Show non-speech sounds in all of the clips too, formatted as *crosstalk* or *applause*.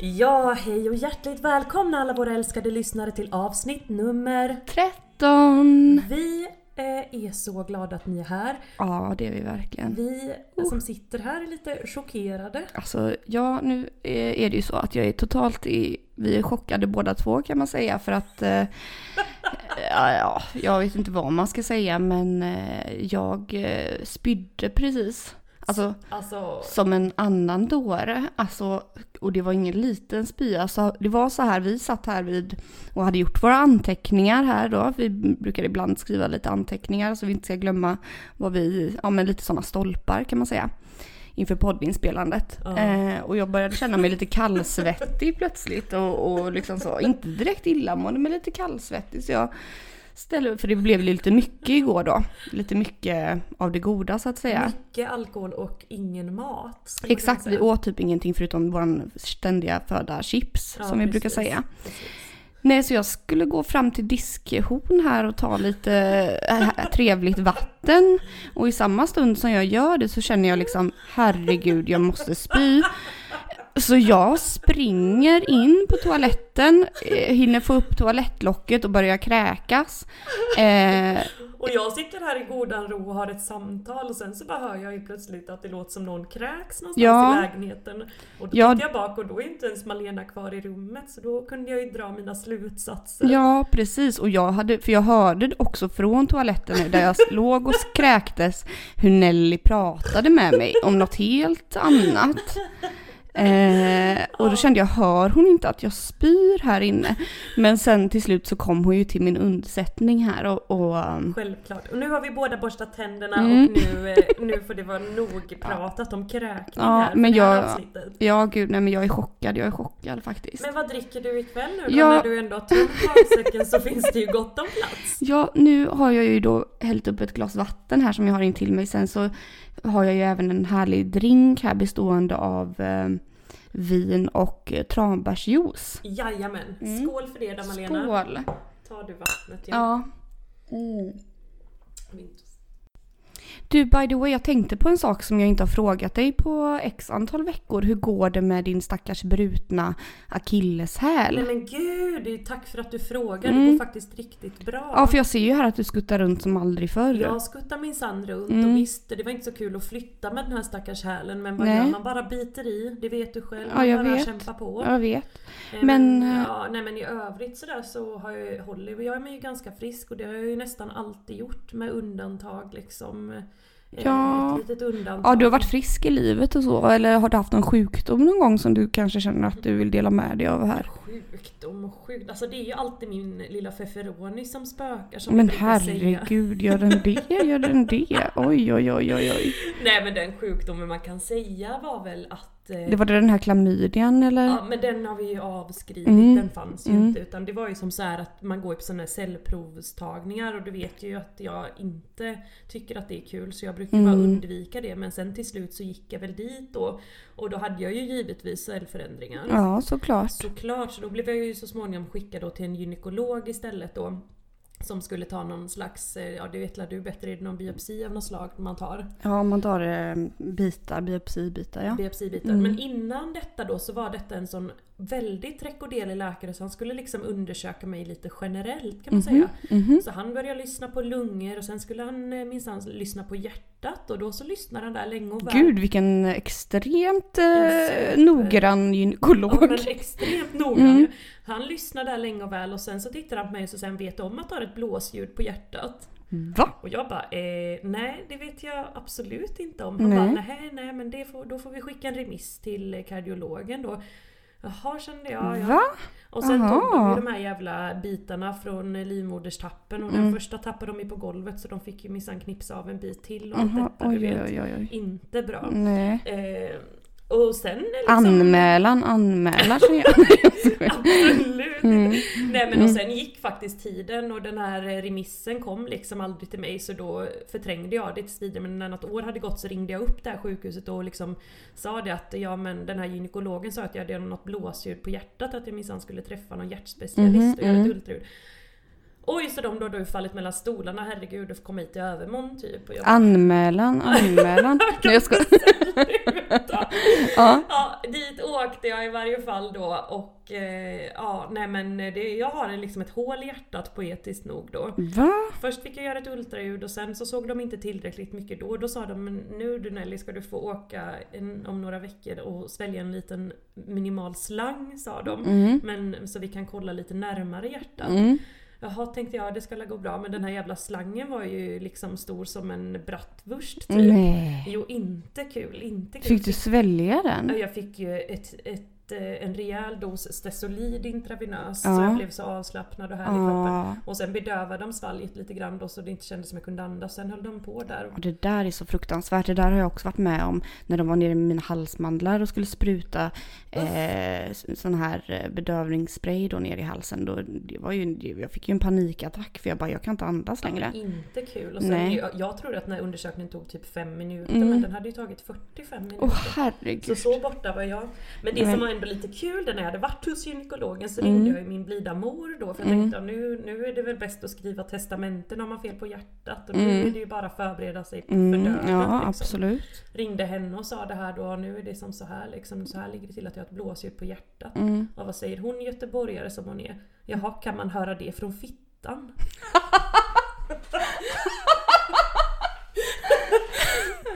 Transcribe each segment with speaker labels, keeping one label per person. Speaker 1: Ja, hej och hjärtligt välkomna alla våra älskade lyssnare till avsnitt nummer...
Speaker 2: 13!
Speaker 1: Vi eh, är så glada att ni är här.
Speaker 2: Ja, det är vi verkligen.
Speaker 1: Vi eh, som
Speaker 2: Oh.
Speaker 1: sitter här är lite chockerade.
Speaker 2: Alltså, ja, nu eh, är är det ju så att jag är totalt i... Vi är chockade båda två kan man säga för att... Eh, ja, ja, jag vet inte vad man ska säga men eh, jag eh, spydde precis. Alltså,
Speaker 1: Alltså,
Speaker 2: som en annan dåre. Alltså, och det var ingen liten spya. Så det var så här, vi satt här vid och hade gjort våra anteckningar här då. Vi brukar ibland skriva lite anteckningar så vi inte ska glömma vad vi, ja men lite sådana stolpar kan man säga. Inför poddinspelandet.
Speaker 1: Ja.
Speaker 2: Eh, och jag började känna mig lite kallsvettig plötsligt och, och liksom så, inte direkt illamående men lite kallsvettig. Så jag ställde, för det blev lite mycket igår då. Lite mycket av det goda så att säga.
Speaker 1: mycket alkohol och ingen mat. skulle man
Speaker 2: Exakt,
Speaker 1: kunna
Speaker 2: vi
Speaker 1: säga.
Speaker 2: åt typ ingenting förutom vår ständiga föda chips
Speaker 1: Ja,
Speaker 2: som vi brukar
Speaker 1: precis,
Speaker 2: säga.
Speaker 1: precis.
Speaker 2: Nej, så jag skulle gå fram till diskhon här och ta lite äh, trevligt vatten. Och i samma stund som jag gör det så känner jag liksom herregud, jag måste spy. Så jag springer in på toaletten, eh, hinner få upp toalettlocket och börjar kräkas. Eh,
Speaker 1: Och jag sitter här i godan ro och har ett samtal och sen så bara hör jag ju plötsligt att det låter som någon kräks någonstans
Speaker 2: Ja.
Speaker 1: i lägenheten. Och då
Speaker 2: Ja.
Speaker 1: tittar jag bak och då är inte ens Malena kvar i rummet så då kunde jag ju dra mina slutsatser.
Speaker 2: Ja, precis. Och jag hade, för jag hörde också från toaletten nu, där jag låg och kräktes hur Nelly pratade med mig om något helt annat. Eh, och då kände jag, hör hon inte att jag spyr här inne? Men sen till slut så kom hon ju till min undsättning här och, och um,
Speaker 1: Självklart. Och nu har vi båda borstat tänderna
Speaker 2: Mm.
Speaker 1: och nu, eh, nu får det vara
Speaker 2: *laughs*
Speaker 1: nog pratat om kräkning
Speaker 2: Ja,
Speaker 1: här för
Speaker 2: men
Speaker 1: det här
Speaker 2: jag-
Speaker 1: avsnittet.
Speaker 2: ja gud, nej men jag är chockad, jag är chockad faktiskt.
Speaker 1: Men vad dricker du ikväll nu då?
Speaker 2: Ja.
Speaker 1: När du ändå har tömt magsäcken så finns det ju gott om plats.
Speaker 2: Ja, nu har jag ju då hällt upp ett glas vatten här som jag har in till mig. Sen så har jag ju även en härlig drink här bestående av eh, vin och eh, tranbärsjuice.
Speaker 1: Jajamän.
Speaker 2: Mm.
Speaker 1: Skål för det där Malena.
Speaker 2: Skål!
Speaker 1: Tar du vattnet? Jag
Speaker 2: Ja.
Speaker 1: kommer inte-
Speaker 2: Du, by the way, jag tänkte på en sak som jag inte har frågat dig på x antal veckor. Hur går det med din stackars brutna
Speaker 1: Nej
Speaker 2: akilleshäl?
Speaker 1: men gud, tack för att du frågar. Det
Speaker 2: Mm.
Speaker 1: går faktiskt riktigt bra.
Speaker 2: Ja, för jag ser ju här att du skuttar runt som aldrig förr.
Speaker 1: Jag skuttade minsann runt
Speaker 2: Mm.
Speaker 1: och visste det var inte så kul att flytta med den här stackars hälen. Men vad
Speaker 2: Nej.
Speaker 1: gör man? Bara biter i. Det vet du själv.
Speaker 2: Ja,
Speaker 1: Man
Speaker 2: jag
Speaker 1: bara
Speaker 2: vet.
Speaker 1: kämpa på.
Speaker 2: Jag vet.
Speaker 1: Eh,
Speaker 2: Men, eh,
Speaker 1: ja, nej, men i övrigt sådär så har jag, håller jag mig ju ganska frisk och det har jag ju nästan alltid gjort med undantag liksom. eh,
Speaker 2: Ja.
Speaker 1: Ett litet undantag.
Speaker 2: Ja, du har varit frisk i livet och så, eller har du haft någon sjukdom någon gång som du kanske känner att du vill dela med dig av här?
Speaker 1: Sjukdom och sjukdom. Alltså det är ju alltid min lilla feferoni som spökar som
Speaker 2: Men
Speaker 1: jag brukar säga.
Speaker 2: herregud, gör den det? Gör den det? Oj, oj, oj, oj, oj.
Speaker 1: *laughs* Nej men den sjukdomen man kan säga var väl att... eh,
Speaker 2: Det var det den här klamydian eller?
Speaker 1: Ja men den har vi ju avskrivit,
Speaker 2: Eh. Mm.
Speaker 1: den fanns ju
Speaker 2: Mm.
Speaker 1: inte. Utan det var ju som så här att man går på sådana här cellprovstagningar och du vet ju att jag inte tycker att det är kul så jag brukar bara
Speaker 2: Mm.
Speaker 1: undvika det. Men sen till slut så gick jag väl dit då och då hade jag ju givetvis cellförändringar.
Speaker 2: Ja, såklart.
Speaker 1: Såklart, så då blev jag ju så småningom skickad då till en gynekolog istället då. Som skulle ta någon slags, eh, ja det vet väl du bättre, är det någon biopsi av något slag man tar?
Speaker 2: Ja, man tar eh, bitar, biopsibitar ja.
Speaker 1: biopsibiten.
Speaker 2: Mm.
Speaker 1: Men innan detta då så var detta en sån väldigt rekorderlig läkare så han skulle liksom undersöka mig lite generellt kan man säga.
Speaker 2: Mhm.
Speaker 1: Så han började lyssna på lungor och sen skulle han eh, minsann lyssna på hjärtat och då så lyssnade han där länge och väl.
Speaker 2: Gud, vilken extremt eh,
Speaker 1: Super.
Speaker 2: noggrann
Speaker 1: Ja,
Speaker 2: gynekolog.
Speaker 1: men extremt noggrann
Speaker 2: Mm.
Speaker 1: ju. Han lyssnade där länge och väl och sen så tittade han på mig och så sen vet du om att du har ett blåsljud på hjärtat?
Speaker 2: Va?
Speaker 1: Och jag bara eh, nej det vet jag absolut inte om. Han
Speaker 2: Nej.
Speaker 1: bara nej nej men det får, då får vi skicka en remiss till kardiologen då. Jaha kände jag. Ja,
Speaker 2: Va?
Speaker 1: Och sen
Speaker 2: Aha.
Speaker 1: tog de ju de här jävla bitarna från livmoderstappen och
Speaker 2: Mm.
Speaker 1: den första tappade de ju på golvet så de fick ju minsann knipsa av en bit till och allt
Speaker 2: Jaha,
Speaker 1: detta du
Speaker 2: oj,
Speaker 1: vet.
Speaker 2: oj, oj, oj.
Speaker 1: Inte bra.
Speaker 2: Nej.
Speaker 1: Eh, Och sen liksom...
Speaker 2: Anmälan anmälar sig.
Speaker 1: *laughs*
Speaker 2: Jag skojar.
Speaker 1: Absolut!
Speaker 2: Mm.
Speaker 1: Nej men och sen gick faktiskt tiden och den här eh, remissen kom liksom aldrig till mig så då förträngde jag det tills vidare men när något år hade gått så ringde jag upp det här sjukhuset och liksom sa det att ja men den här gynekologen sa att jag hade något blåsljud på hjärtat att jag minsann skulle träffa någon hjärtspecialist
Speaker 2: Mhm,
Speaker 1: och göra ett
Speaker 2: mhm.
Speaker 1: ultraljud. Oj så de då, då fallit mellan stolarna, herregud och kom hit i övermorgon typ. Och jag
Speaker 2: Ah.
Speaker 1: bara,
Speaker 2: Anmälan anmälan. Nej
Speaker 1: *laughs*
Speaker 2: jag skojar.
Speaker 1: "Sluta."
Speaker 2: Ja.
Speaker 1: Ja, dit åkte jag i varje fall då och eh, ja, nej men det, jag har liksom ett hål i hjärtat poetiskt nog då.
Speaker 2: Va?
Speaker 1: Först fick jag göra ett ultraljud och sen så såg de inte tillräckligt mycket då. Då sa de "Men nu du Nelly ska du få åka en, om några veckor och svälja en liten minimal slang sa de.
Speaker 2: Mm.
Speaker 1: Men så vi kan kolla lite närmare hjärtat.
Speaker 2: Mm.
Speaker 1: Jaha tänkte jag, det ska väl gå bra men den här jävla slangen var ju liksom stor som en bratwurst typ.
Speaker 2: Nej.
Speaker 1: Jo inte kul, inte kul.
Speaker 2: Mm. Fick du svälja
Speaker 1: Ja,
Speaker 2: den?
Speaker 1: Jag fick ju ett, ett, eh, en rejäl dos Stesolid intravenös
Speaker 2: Ja.
Speaker 1: så jag blev så avslappnad och härlig i kroppen.
Speaker 2: Ja.
Speaker 1: Och sen bedövade de svalget lite grann då så det inte kändes som jag kunde andas. Sen höll de på där.
Speaker 2: Och det där är så fruktansvärt. Det där har jag också varit med om när de var nere i mina halsmandlar och skulle spruta eh, s- sån här eh, bedövningsspray då ner i halsen. Då, det var ju, jag fick ju en panikattack för jag bara, jag kan inte andas längre.
Speaker 1: Inte kul. Och sen,
Speaker 2: Nej.
Speaker 1: jag, jag tror att den här undersökningen tog typ 5 minuter
Speaker 2: Mm. Oh.
Speaker 1: men den hade ju tagit 45 minuter.
Speaker 2: Åh
Speaker 1: Så
Speaker 2: herregud.
Speaker 1: så borta var jag. Men det
Speaker 2: Men-
Speaker 1: som var ändå lite kul, det när jag hade varit hos gynekologen så
Speaker 2: Mm.
Speaker 1: ringde jag ju min blida mor då för jag
Speaker 2: Mm.
Speaker 1: tänkte "Ja, nu, nu är det väl bäst att skriva testamenten om man har fel på hjärtat och nu
Speaker 2: Mm.
Speaker 1: är det ju bara att förbereda sig för
Speaker 2: Mm,
Speaker 1: döden.
Speaker 2: ja,
Speaker 1: liksom.
Speaker 2: absolut.
Speaker 1: ringde henne och sa det här då, nu är det som så här liksom, så här ligger det till att jag har ett blåsljud på hjärtat.
Speaker 2: Mm.
Speaker 1: Och vad säger hon göteborgare som hon är? Jaha, kan man höra det från
Speaker 2: *laughs*
Speaker 1: fittan?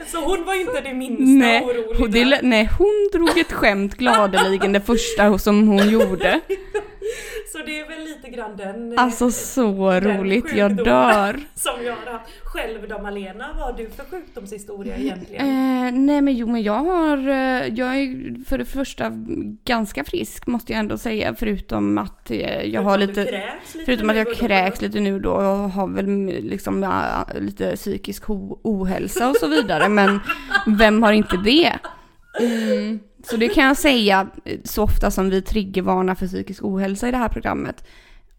Speaker 1: så hon var inte det minsta
Speaker 2: Nej,
Speaker 1: orolig.
Speaker 2: Hon, det,
Speaker 1: där.
Speaker 2: lä- nej, hon drog ett skämt gladeligen det första som hon gjorde.
Speaker 1: Så det är väl lite grann den eh,
Speaker 2: Alltså så
Speaker 1: Den
Speaker 2: roligt, jag
Speaker 1: sjukdomen.
Speaker 2: dör.
Speaker 1: som jag har haft. Själv då Malena, vad har du för sjukdomshistoria egentligen?
Speaker 2: Eh, nej men jo men jag har, eh, jag är för det första ganska frisk måste jag ändå säga förutom att eh, jag har
Speaker 1: Förutom att du
Speaker 2: lite,
Speaker 1: kräks lite
Speaker 2: förutom att
Speaker 1: nu
Speaker 2: jag
Speaker 1: och då.
Speaker 2: kräks lite nu då och har väl mm, liksom eh, lite psykisk ho- ohälsa och så vidare men vem har inte det? Mm, så det kan jag säga eh, så ofta som vi triggervarnar för psykisk ohälsa i det här programmet.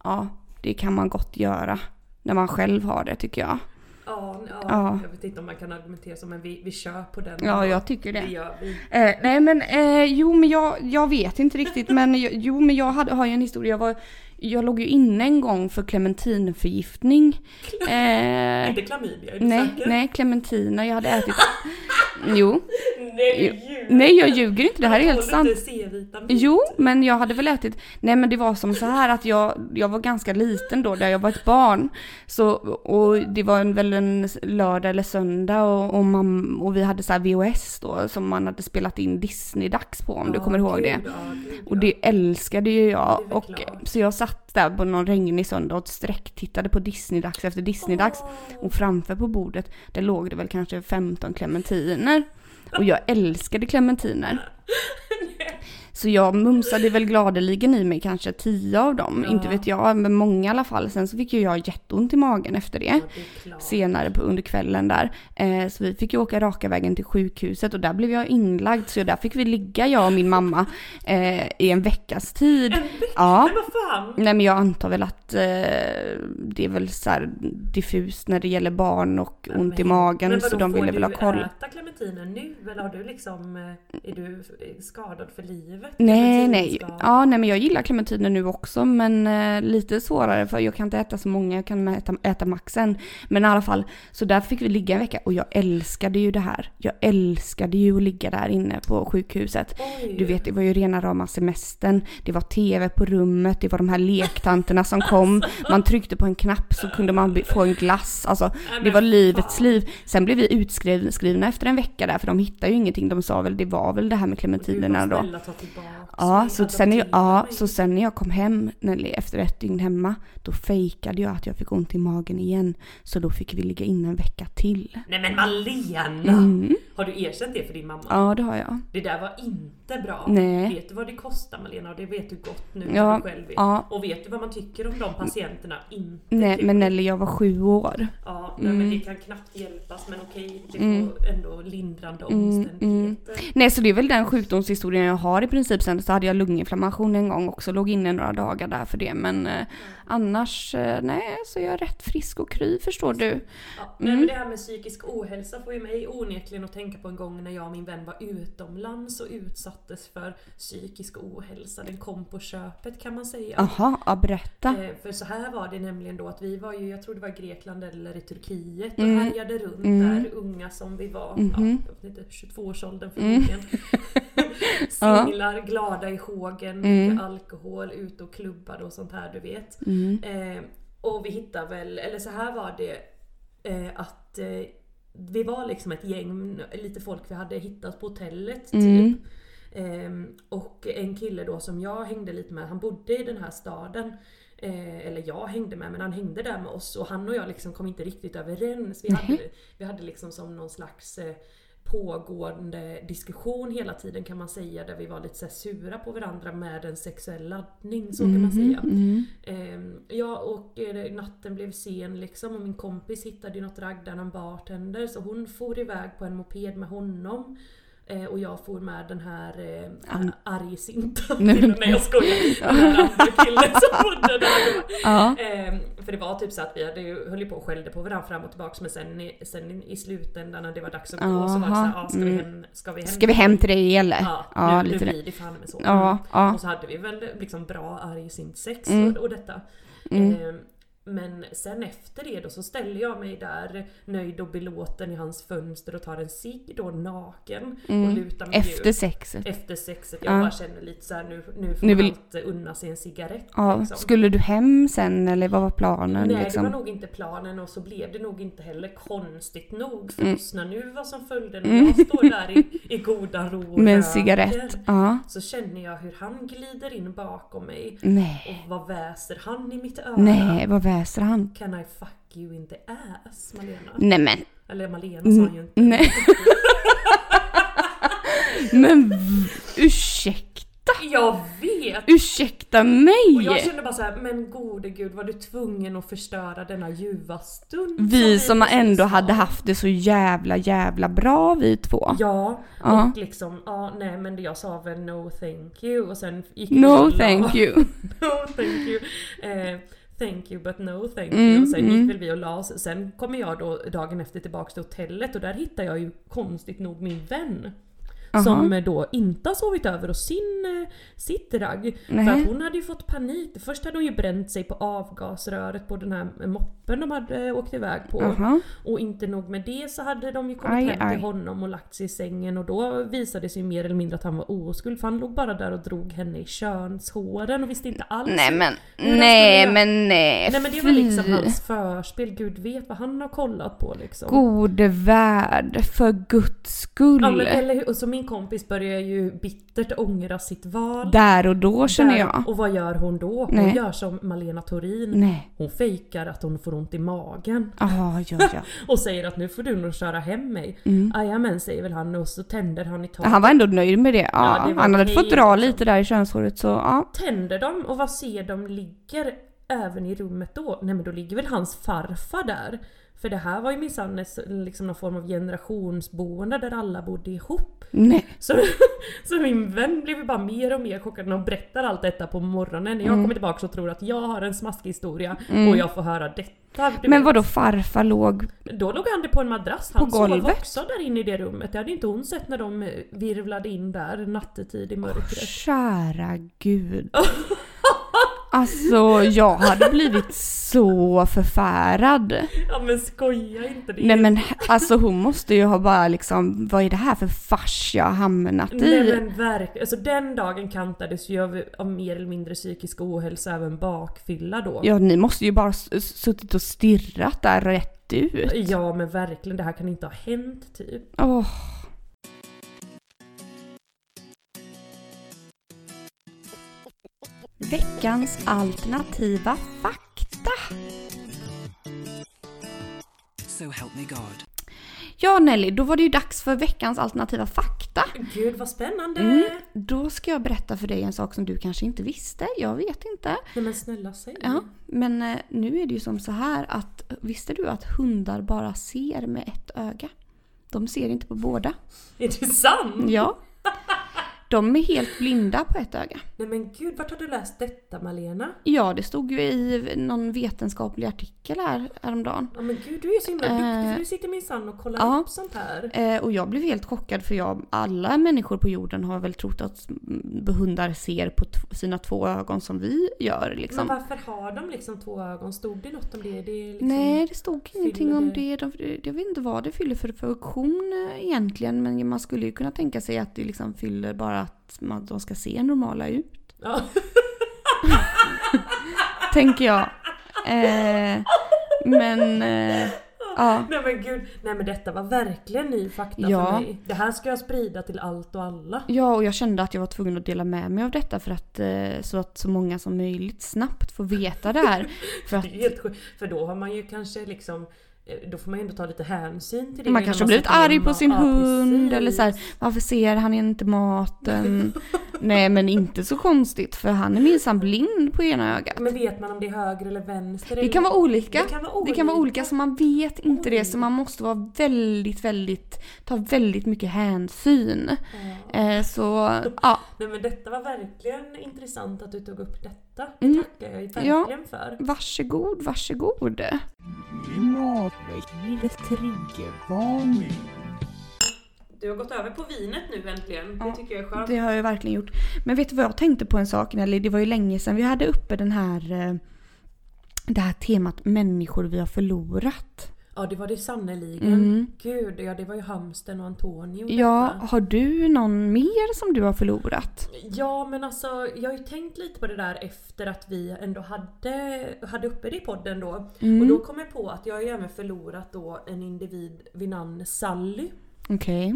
Speaker 2: Ja, det kan man gott göra när man själv har det tycker jag.
Speaker 1: Ja, ja,
Speaker 2: Ja.
Speaker 1: jag vet inte om man kan argumentera så men vi, vi kör på den.
Speaker 2: Ja, jag tycker det.
Speaker 1: Det gör vi.
Speaker 2: Eh, nej men eh, jo men jag, jag vet inte riktigt men jag- jo men jag hade, har ju en historia. Jag, var, jag låg ju inne en gång för clementinförgiftning. Eh,
Speaker 1: Inte klamydia, är du
Speaker 2: nej,
Speaker 1: säker?
Speaker 2: nej clementiner jag hade ätit. Jo,
Speaker 1: Nej, du ljuger.
Speaker 2: nej jag ljuger inte det här är helt
Speaker 1: Tål
Speaker 2: sant.
Speaker 1: du inte C-vitamin? typ.
Speaker 2: Jo, men jag hade väl ätit. Nej men det var som så här att jag, jag var ganska liten då, där jag var ett barn. Så, och det var en, väl en lördag eller söndag och, och, mam, och vi hade så här VHS då som man hade spelat in Disney-dags på om du
Speaker 1: Ja,
Speaker 2: kommer ihåg
Speaker 1: gud,
Speaker 2: det.
Speaker 1: ja, gud,
Speaker 2: Och det älskade ju jag.
Speaker 1: Det är väl
Speaker 2: Och,
Speaker 1: klart.
Speaker 2: så jag satt där på någon regnig söndag och sträcktittade på Disneydags efter Disneydags.
Speaker 1: Åh.
Speaker 2: Och framför på bordet, där låg det väl kanske 15 clementiner. Och jag älskade clementiner. Så jag mumsade väl gladeligen i mig kanske tio av dem,
Speaker 1: Ja.
Speaker 2: inte vet jag, men många i alla fall. Sen så fick ju jag jätteont i magen efter det
Speaker 1: ja. det är klart.
Speaker 2: senare på, under kvällen där. Eh, så vi fick ju åka raka vägen till sjukhuset och där blev jag inlagd så där fick vi ligga jag och min mamma eh, i en veckas tid.
Speaker 1: En vecka?
Speaker 2: Ja.
Speaker 1: Men vad fan?
Speaker 2: Nej men jag antar väl att eh, det är väl så här diffust när det gäller barn och ont i
Speaker 1: Men-
Speaker 2: magen
Speaker 1: men
Speaker 2: så
Speaker 1: vadå,
Speaker 2: de ville väl ha
Speaker 1: Får
Speaker 2: koll.
Speaker 1: du äta clementiner nu eller har du liksom, eh, är du eh, skadad för livet?
Speaker 2: Nej,
Speaker 1: Clementin
Speaker 2: nej.
Speaker 1: ska-
Speaker 2: Ja, nej, men jag gillar clementiner nu också, men eh, lite svårare för jag kan inte äta så många, jag kan äta, äta maxen. Men i alla fall, så där fick vi ligga en vecka och jag älskade ju det här. Jag älskade ju att ligga där inne på sjukhuset.
Speaker 1: Oj.
Speaker 2: Du vet, det var ju rena rama semestern. Det var tv på rummet, det var de här lektanterna som kom. Man tryckte på en knapp så kunde man be- få en glass. Alltså,
Speaker 1: Nej,
Speaker 2: det
Speaker 1: men
Speaker 2: var livets
Speaker 1: fan.
Speaker 2: liv. Sen blev vi utskrivna efter en vecka där, för de hittade ju ingenting. De sa väl, det var väl det här med clementinerna
Speaker 1: Du bara,
Speaker 2: då.
Speaker 1: snälla, ta tillbaka
Speaker 2: Ja,
Speaker 1: mig,
Speaker 2: så sen, när jag,
Speaker 1: adoptera
Speaker 2: ja
Speaker 1: mig.
Speaker 2: så sen när jag kom hem när, efter ett dygn hemma, då fejkade jag att jag fick ont i magen igen. Så då fick vi ligga inne en vecka till.
Speaker 1: Nej men Malena!
Speaker 2: Mm.
Speaker 1: Har du erkänt det för din mamma?
Speaker 2: Ja, det har jag.
Speaker 1: Det där var inte jättebra.
Speaker 2: Nej.
Speaker 1: Vet du vad det kostar Malena? Och det vet du gott nu
Speaker 2: Ja,
Speaker 1: när du själv vet.
Speaker 2: ja.
Speaker 1: Och vet du vad man tycker om de patienterna? Inte
Speaker 2: Nej,
Speaker 1: kul.
Speaker 2: men Nelly, jag var sju år.
Speaker 1: Ja, nej, men det kan knappt hjälpas men okej, det får ändå lindrande omständigheter.
Speaker 2: Nej, så det är väl den sjukdomshistorien jag har i princip. Sen så hade jag lunginflammation en gång också, låg inne några dagar där för det. Men eh, annars, eh, nej, så jag är rätt frisk och kry förstår du.
Speaker 1: Ja, nej, men det här med psykisk ohälsa får ju mig onekligen att tänka på en gång när jag och min vän var utomlands och utsattes för psykisk ohälsa. Den kom på köpet kan man säga.
Speaker 2: Aha, ja, berätta.
Speaker 1: Eh, För så här var det nämligen då att vi var ju, jag tror det var i Grekland eller i Turkiet och
Speaker 2: Mm.
Speaker 1: härjade runt där, unga som vi var.
Speaker 2: Mhm. Mm.
Speaker 1: Ja, jag vet inte, 22-årsåldern
Speaker 2: *laughs*
Speaker 1: *laughs* förmodligen. Singlar, glada i hågen,
Speaker 2: Mm.
Speaker 1: mycket alkohol, ute och klubbade och sånt här du vet.
Speaker 2: Mm.
Speaker 1: Eh, och vi hittade väl, eller så här var det eh, att eh, vi var liksom ett gäng, lite folk vi hade hittat på hotellet typ.
Speaker 2: Mm.
Speaker 1: Ehm, och en kille då som jag hängde lite med, han bodde i den här staden. Eh, eller jag hängde med men han hängde där med oss och han och jag liksom kom inte riktigt överens. Vi hade, vi hade liksom som någon slags eh, pågående diskussion hela tiden kan man säga där vi var lite så här sura på varandra med en sexuell laddning så kan man säga. Ehm, ja och eh, natten blev sen liksom och min kompis hittade ju något ragg där någon bartender så hon for iväg på en moped med honom. Eh, och jag for med den här eh, An- argsinta killen. *laughs* Nej jag
Speaker 2: *laughs*
Speaker 1: skojar! Den här andra killen som bodde där då.
Speaker 2: Ja.
Speaker 1: Ehm, för det var typ så att vi hade ju, höll ju på och skällde på varandra fram och tillbaks men sen, i- sen i slutändan när det var dags att gå så var det såhär, ah,
Speaker 2: Aha, mm.
Speaker 1: ska, vi hem, ska vi hem?
Speaker 2: Ska vi hem till dig eller?
Speaker 1: Ja,
Speaker 2: Ja,
Speaker 1: nu,
Speaker 2: lite
Speaker 1: nu
Speaker 2: det.
Speaker 1: blir det fan med så.
Speaker 2: Ja, ja. Mm.
Speaker 1: Och så hade vi väl liksom bra argsint sex och, och detta. Ehm, men sen efter det då så ställer jag mig där nöjd och belåten i hans fönster och tar en cigg då naken och lutar mig
Speaker 2: Mm. Efter
Speaker 1: ut.
Speaker 2: sexet.
Speaker 1: Efter sexet. Jag
Speaker 2: Ja.
Speaker 1: bara känner lite såhär nu, nu får
Speaker 2: Nu vill-
Speaker 1: allt unna sig en cigarett
Speaker 2: Ja.
Speaker 1: liksom.
Speaker 2: Skulle du hem sen eller vad var planen?
Speaker 1: Nej,
Speaker 2: liksom?
Speaker 1: det var nog inte planen och så blev det nog inte heller konstigt nog.
Speaker 2: Mm.
Speaker 1: För lyssna nu vad som följde när jag står där i, i goda ro och
Speaker 2: *laughs* Med en
Speaker 1: röker.
Speaker 2: cigarett. Ja.
Speaker 1: Så känner jag hur han glider in bakom mig.
Speaker 2: Nej.
Speaker 1: Och vad väser han i mitt öra?
Speaker 2: Nej, vad väser han?
Speaker 1: Can I fuck you in the ass, Malena?
Speaker 2: Nej men,
Speaker 1: Eller Malena sa han ju inte.
Speaker 2: nej. men v- ursäkta,
Speaker 1: Jag vet!
Speaker 2: ursäkta
Speaker 1: Och jag
Speaker 2: mig!
Speaker 1: kände bara så här, men gode gud var du tvungen att förstöra denna ljuva stund?
Speaker 2: Vi som
Speaker 1: precis
Speaker 2: ändå
Speaker 1: har?
Speaker 2: hade haft det så jävla jävla bra vi två.
Speaker 1: Ja,
Speaker 2: Ja.
Speaker 1: och liksom, ja nej men det jag sa väl no thank you och sen gick vi
Speaker 2: No
Speaker 1: och la-
Speaker 2: thank you.
Speaker 1: *laughs* no thank you. Eh, thank you but no thank
Speaker 2: Mm,
Speaker 1: you. Och sen
Speaker 2: mm.
Speaker 1: gick väl vi och la oss. Sen kommer jag då dagen efter tillbaks till hotellet och där hittar jag ju konstigt nog min vän. Som eh, då inte har sovit över och sin, eh, sitt ragg. För
Speaker 2: Nej.
Speaker 1: att hon hade ju fått panik. Först hade hon ju bränt sig på avgasröret på den här moppen de hade eh, åkt iväg på.
Speaker 2: Aha.
Speaker 1: Och inte nog med det så hade de ju kommit
Speaker 2: Aj,
Speaker 1: hem till
Speaker 2: aj.
Speaker 1: honom och lagt sig i sängen och då visade det sig mer eller mindre att han var oskuld för han låg bara där och drog henne i könshåren och visste inte alls.
Speaker 2: Nej men,
Speaker 1: skulle
Speaker 2: nej
Speaker 1: jag-
Speaker 2: men nej,
Speaker 1: Nej men det var liksom
Speaker 2: fy.
Speaker 1: hans förspel, gud vet vad han har kollat på liksom.
Speaker 2: Gode värld, för guds skull.
Speaker 1: Ja, men, eller hur? Och så min kompis börjar ju bittert ångra sitt val.
Speaker 2: Där och då känner
Speaker 1: Där-
Speaker 2: jag.
Speaker 1: Och vad gör hon då? Hon
Speaker 2: Nej.
Speaker 1: gör som Malena Torin.
Speaker 2: Nej.
Speaker 1: Hon fejkar att hon får ont i magen.
Speaker 2: Ah, ja, *laughs* ja.
Speaker 1: Och säger att nu får du nog köra hem mig.
Speaker 2: Mm.
Speaker 1: Jajamän säger väl han och så tänder han i taket.
Speaker 2: Han var ändå nöjd med det. Ja,
Speaker 1: Ja, det var
Speaker 2: han hade
Speaker 1: okej,
Speaker 2: fått dra
Speaker 1: liksom.
Speaker 2: lite där i könshåret så ja.
Speaker 1: tänder dem och vad ser de ligger även i rummet då? Nej men då ligger väl hans farfar där? För det här var ju minsann ett- liksom någon form av generationsboende där alla bodde ihop.
Speaker 2: Nej.
Speaker 1: Så, *laughs* så min vän blev ju bara mer och mer chockad när hon berättar allt detta på morgonen. När
Speaker 2: Mm.
Speaker 1: jag kommer tillbaka och tror att jag har en smaskig historia och jag får höra detta. du
Speaker 2: Men
Speaker 1: vet.
Speaker 2: vadå farfar låg...
Speaker 1: Då låg han det på en madrass. Han
Speaker 2: På
Speaker 1: sov
Speaker 2: golvet?
Speaker 1: också där inne i det rummet. Det hade inte hon sett när de eh, virvlade in där nattetid i mörkret.
Speaker 2: Kära
Speaker 1: *laughs*
Speaker 2: gud. Alltså jag hade blivit så förfärad.
Speaker 1: Ja men skoja inte det.
Speaker 2: Nej men he- alltså hon måste ju ha bara liksom, vad är det här för fars jag har hamnat
Speaker 1: Nej
Speaker 2: i?
Speaker 1: men verkligen. Alltså den dagen kantades ju av, av mer eller mindre psykisk ohälsa, även bakfylla då.
Speaker 2: Ja ni måste ju bara s- s- suttit och stirrat där rätt ut.
Speaker 1: Ja, men verkligen, det här kan inte ha hänt typ.
Speaker 2: Åh. Veckans alternativa fakta.
Speaker 3: So help me God.
Speaker 2: Ja Nelly, då var det ju dags för veckans alternativa fakta.
Speaker 1: Gud vad spännande!
Speaker 2: Mm. Då ska jag berätta för dig en sak som du kanske inte visste. Jag vet inte.
Speaker 1: Nej men snälla säg.
Speaker 2: Ja, men eh, nu är det ju som så här att visste du att hundar bara ser med ett öga? De ser inte på båda.
Speaker 1: Är det sant?
Speaker 2: Ja. De är helt blinda på ett öga.
Speaker 1: Nej men gud, vart har du läst detta Malena?
Speaker 2: Ja, det stod ju i någon vetenskaplig artikel här häromdagen.
Speaker 1: Ja men gud, du är så himla duktig för du sitter minsann och kollar
Speaker 2: Eh. ja.
Speaker 1: upp sånt här.
Speaker 2: Eh, och jag blev helt chockad för jag, alla människor på jorden har väl trott att mm, hundar ser på t- sina två ögon som vi gör. Liksom.
Speaker 1: Men varför har de liksom två ögon? Stod det något om det? det är liksom...
Speaker 2: Nej, det stod ingenting om
Speaker 1: fyller
Speaker 2: det. De, det- jag vet inte vad det fyller för funktion eh, egentligen. Men man skulle ju kunna tänka sig att det liksom fyller bara att man, de ska se normala ut.
Speaker 1: Ja. *laughs*
Speaker 2: Tänker jag. Eh, men... Eh, ja.
Speaker 1: Nej men gud, nej men detta var verkligen ny fakta
Speaker 2: Ja.
Speaker 1: för mig. Det här ska jag sprida till allt och alla.
Speaker 2: Ja, och jag kände att jag var tvungen att dela med mig av detta för att, eh, så att så många som möjligt snabbt får veta det här. För
Speaker 1: *laughs*
Speaker 2: att
Speaker 1: Det är helt sjukt. För då har man ju kanske liksom eh, då får man ju ändå ta lite hänsyn till det.
Speaker 2: man
Speaker 1: innan
Speaker 2: kanske har blivit
Speaker 1: sätter in
Speaker 2: arg på
Speaker 1: mat.
Speaker 2: sin
Speaker 1: Ja,
Speaker 2: hund
Speaker 1: precis.
Speaker 2: eller så här, varför ser han
Speaker 1: *laughs*
Speaker 2: inte maten? Nej men inte så konstigt för han är minsann blind på ena ögat.
Speaker 1: Men vet man om det är höger eller vänster?
Speaker 2: Det kan vara olika.
Speaker 1: Det kan vara olika.
Speaker 2: Det kan vara olika så man vet inte det så man måste vara väldigt, väldigt, ta väldigt mycket hänsyn.
Speaker 1: Ja.
Speaker 2: Eh, så ja,
Speaker 1: Nej men detta var verkligen intressant att du tog upp detta. Det
Speaker 2: Mm.
Speaker 1: tackar jag ju
Speaker 2: Ja.
Speaker 1: verkligen för.
Speaker 2: varsågod, varsågod.
Speaker 3: Matvägg, triggervarning.
Speaker 1: Du har gått över på vinet nu äntligen.
Speaker 2: Ja,
Speaker 1: det tycker jag är skönt.
Speaker 2: Det har jag verkligen gjort. Men vet du vad jag tänkte på en sak Nelly? Det var ju länge sedan vi hade uppe den här, eh, det här temat människor vi har förlorat.
Speaker 1: Ja det var det sannerligen.
Speaker 2: Mm.
Speaker 1: Gud, ja det var ju hamsten och Antonio. och
Speaker 2: Ja,
Speaker 1: detta.
Speaker 2: har du någon mer som du har förlorat?
Speaker 1: Ja men alltså jag har ju tänkt lite på det där efter att vi ändå hade, hade uppe det i podden då. Och då kom jag på att jag har ju även förlorat då en individ vid namn Sally.
Speaker 2: Okej.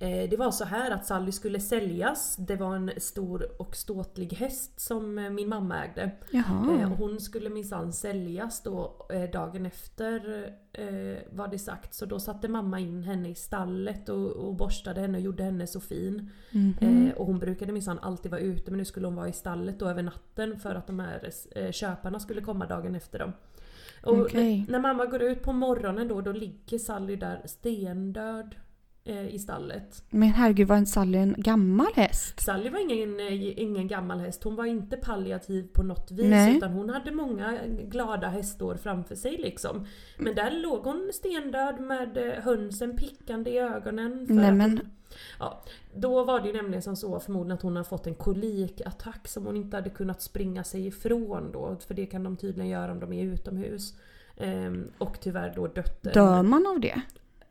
Speaker 1: Eh, Det var så här att Sally skulle säljas. Det var en stor och ståtlig häst som eh, min mamma ägde. Eh,
Speaker 2: Jaha.
Speaker 1: och Hon skulle minsann säljas då eh, dagen efter eh, var det sagt. Så då satte mamma in henne i stallet och, och borstade henne och gjorde henne så fin. Eh, och hon brukade minsann alltid vara ute men nu skulle hon vara i stallet då över natten för att de här eh, köparna skulle komma dagen efter dem. Och
Speaker 2: Okej.
Speaker 1: när, när mamma går ut på morgonen då, då ligger Sally där stendöd eh, i stallet.
Speaker 2: Men herregud var en Sally en gammal häst?
Speaker 1: Sally var ingen, eh, ingen gammal häst. Hon var inte palliativ på något vis.
Speaker 2: Nej.
Speaker 1: Utan hon hade många glada hästår framför sig liksom.
Speaker 2: Mm.
Speaker 1: Men där låg hon stendöd med eh, hönsen pickande i ögonen. För
Speaker 2: Nej,
Speaker 1: att-
Speaker 2: men-
Speaker 1: ja, då var det ju nämligen som så förmodligen att hon har fått en kolikattack som hon inte hade kunnat springa sig ifrån då. För det kan de tydligen göra om de är utomhus. Ehm, och tyvärr då dött. en-
Speaker 2: Dör man av det?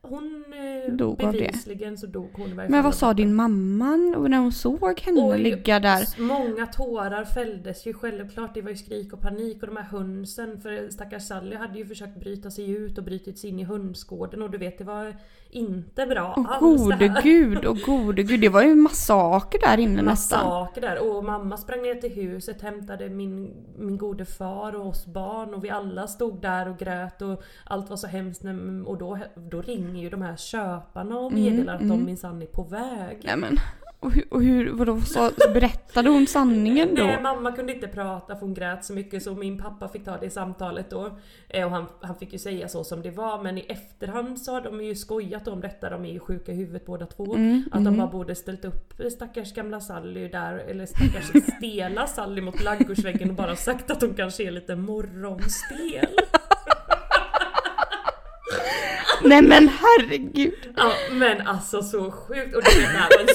Speaker 1: Hon eh,
Speaker 2: Dog av det.
Speaker 1: bevisligen så dog hon i varje
Speaker 2: Men
Speaker 1: fall
Speaker 2: vad
Speaker 1: av
Speaker 2: sa din mamma när hon såg henne
Speaker 1: Oj.
Speaker 2: ligga där?
Speaker 1: Många tårar fälldes ju självklart. Det var ju skrik och panik och de här hönsen. För stackars Sally hade ju försökt bryta sig ut och brutit sig in i hönsgården. Och du vet, det var inte bra
Speaker 2: Åh
Speaker 1: alls det
Speaker 2: gode
Speaker 1: här.
Speaker 2: gud, och gode gud. Det var ju massaker där inne nästan.
Speaker 1: Massaker där. Och mamma sprang ner till huset, hämtade min, min gode far och oss barn. Och vi alla stod där och grät och allt var så hemskt. när- Och då, då ringer ju de här köparna och
Speaker 2: Mm,
Speaker 1: meddelar att de minsann är på väg.
Speaker 2: Nej men. Och hur, och hur vadå, sa, berättade hon sanningen då?
Speaker 1: Nej, mamma kunde inte prata för hon grät så mycket så min pappa fick ta det samtalet då. Eh, Och han, han fick ju säga så som det var men i efterhand så har de ju skojat om detta, de är ju sjuka i huvudet båda två. att de bara borde ställt upp stackars gamla Sally där, eller stackars stela Sally mot laggårdsväggen och bara sagt att hon kanske är lite morgonstel.
Speaker 2: Nej men herregud.
Speaker 1: Ja, men alltså så sjukt! Och det här var en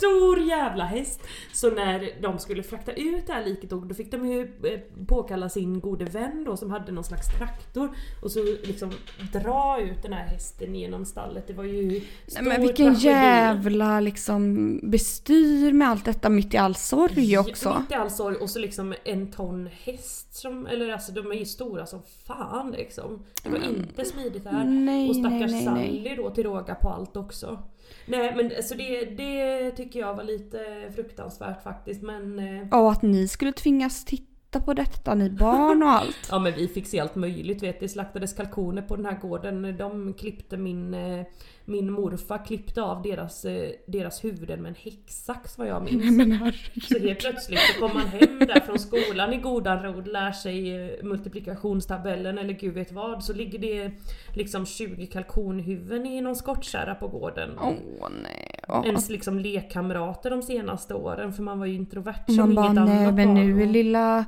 Speaker 1: stor jävla häst. Så när de skulle frakta ut det här liket då, då fick de ju eh, påkalla sin gode vän då som hade någon slags traktor och så liksom dra ut den här hästen genom stallet. Det var ju stor
Speaker 2: Nej, men vilken
Speaker 1: tragedi.
Speaker 2: jävla liksom bestyr med allt detta mitt i all sorg också.
Speaker 1: Mitt i all sorg och så liksom en ton häst som, eller alltså de är ju stora som fan liksom. Det var inte smidigt det här.
Speaker 2: Nej,
Speaker 1: och stackars
Speaker 2: nej, nej, nej.
Speaker 1: Sally då till råga på allt också. Nej men så det, det tycker jag var lite fruktansvärt faktiskt men eh,
Speaker 2: Ja, och att ni skulle tvingas titta titta på detta ni barn och allt.
Speaker 1: Ja men vi fick se allt möjligt vet. Det slaktades kalkoner på den här gården. De klippte min, eh, min morfar klippte av deras, eh, deras huvuden med en häcksax vad jag minns.
Speaker 2: Nej *laughs* men herregud.
Speaker 1: Så helt plötsligt så kom man hem där från skolan i Godanrod, lär sig eh, multiplikationstabellen eller gud vet vad. Så ligger det liksom 20 kalkonhuvuden i någon skottkärra på gården.
Speaker 2: Åh nej. Ja.
Speaker 1: Ens liksom lekkamrater de senaste åren för man var ju introvert som
Speaker 2: Man
Speaker 1: inget
Speaker 2: bara
Speaker 1: annat
Speaker 2: nej men
Speaker 1: barn.
Speaker 2: nu är lilla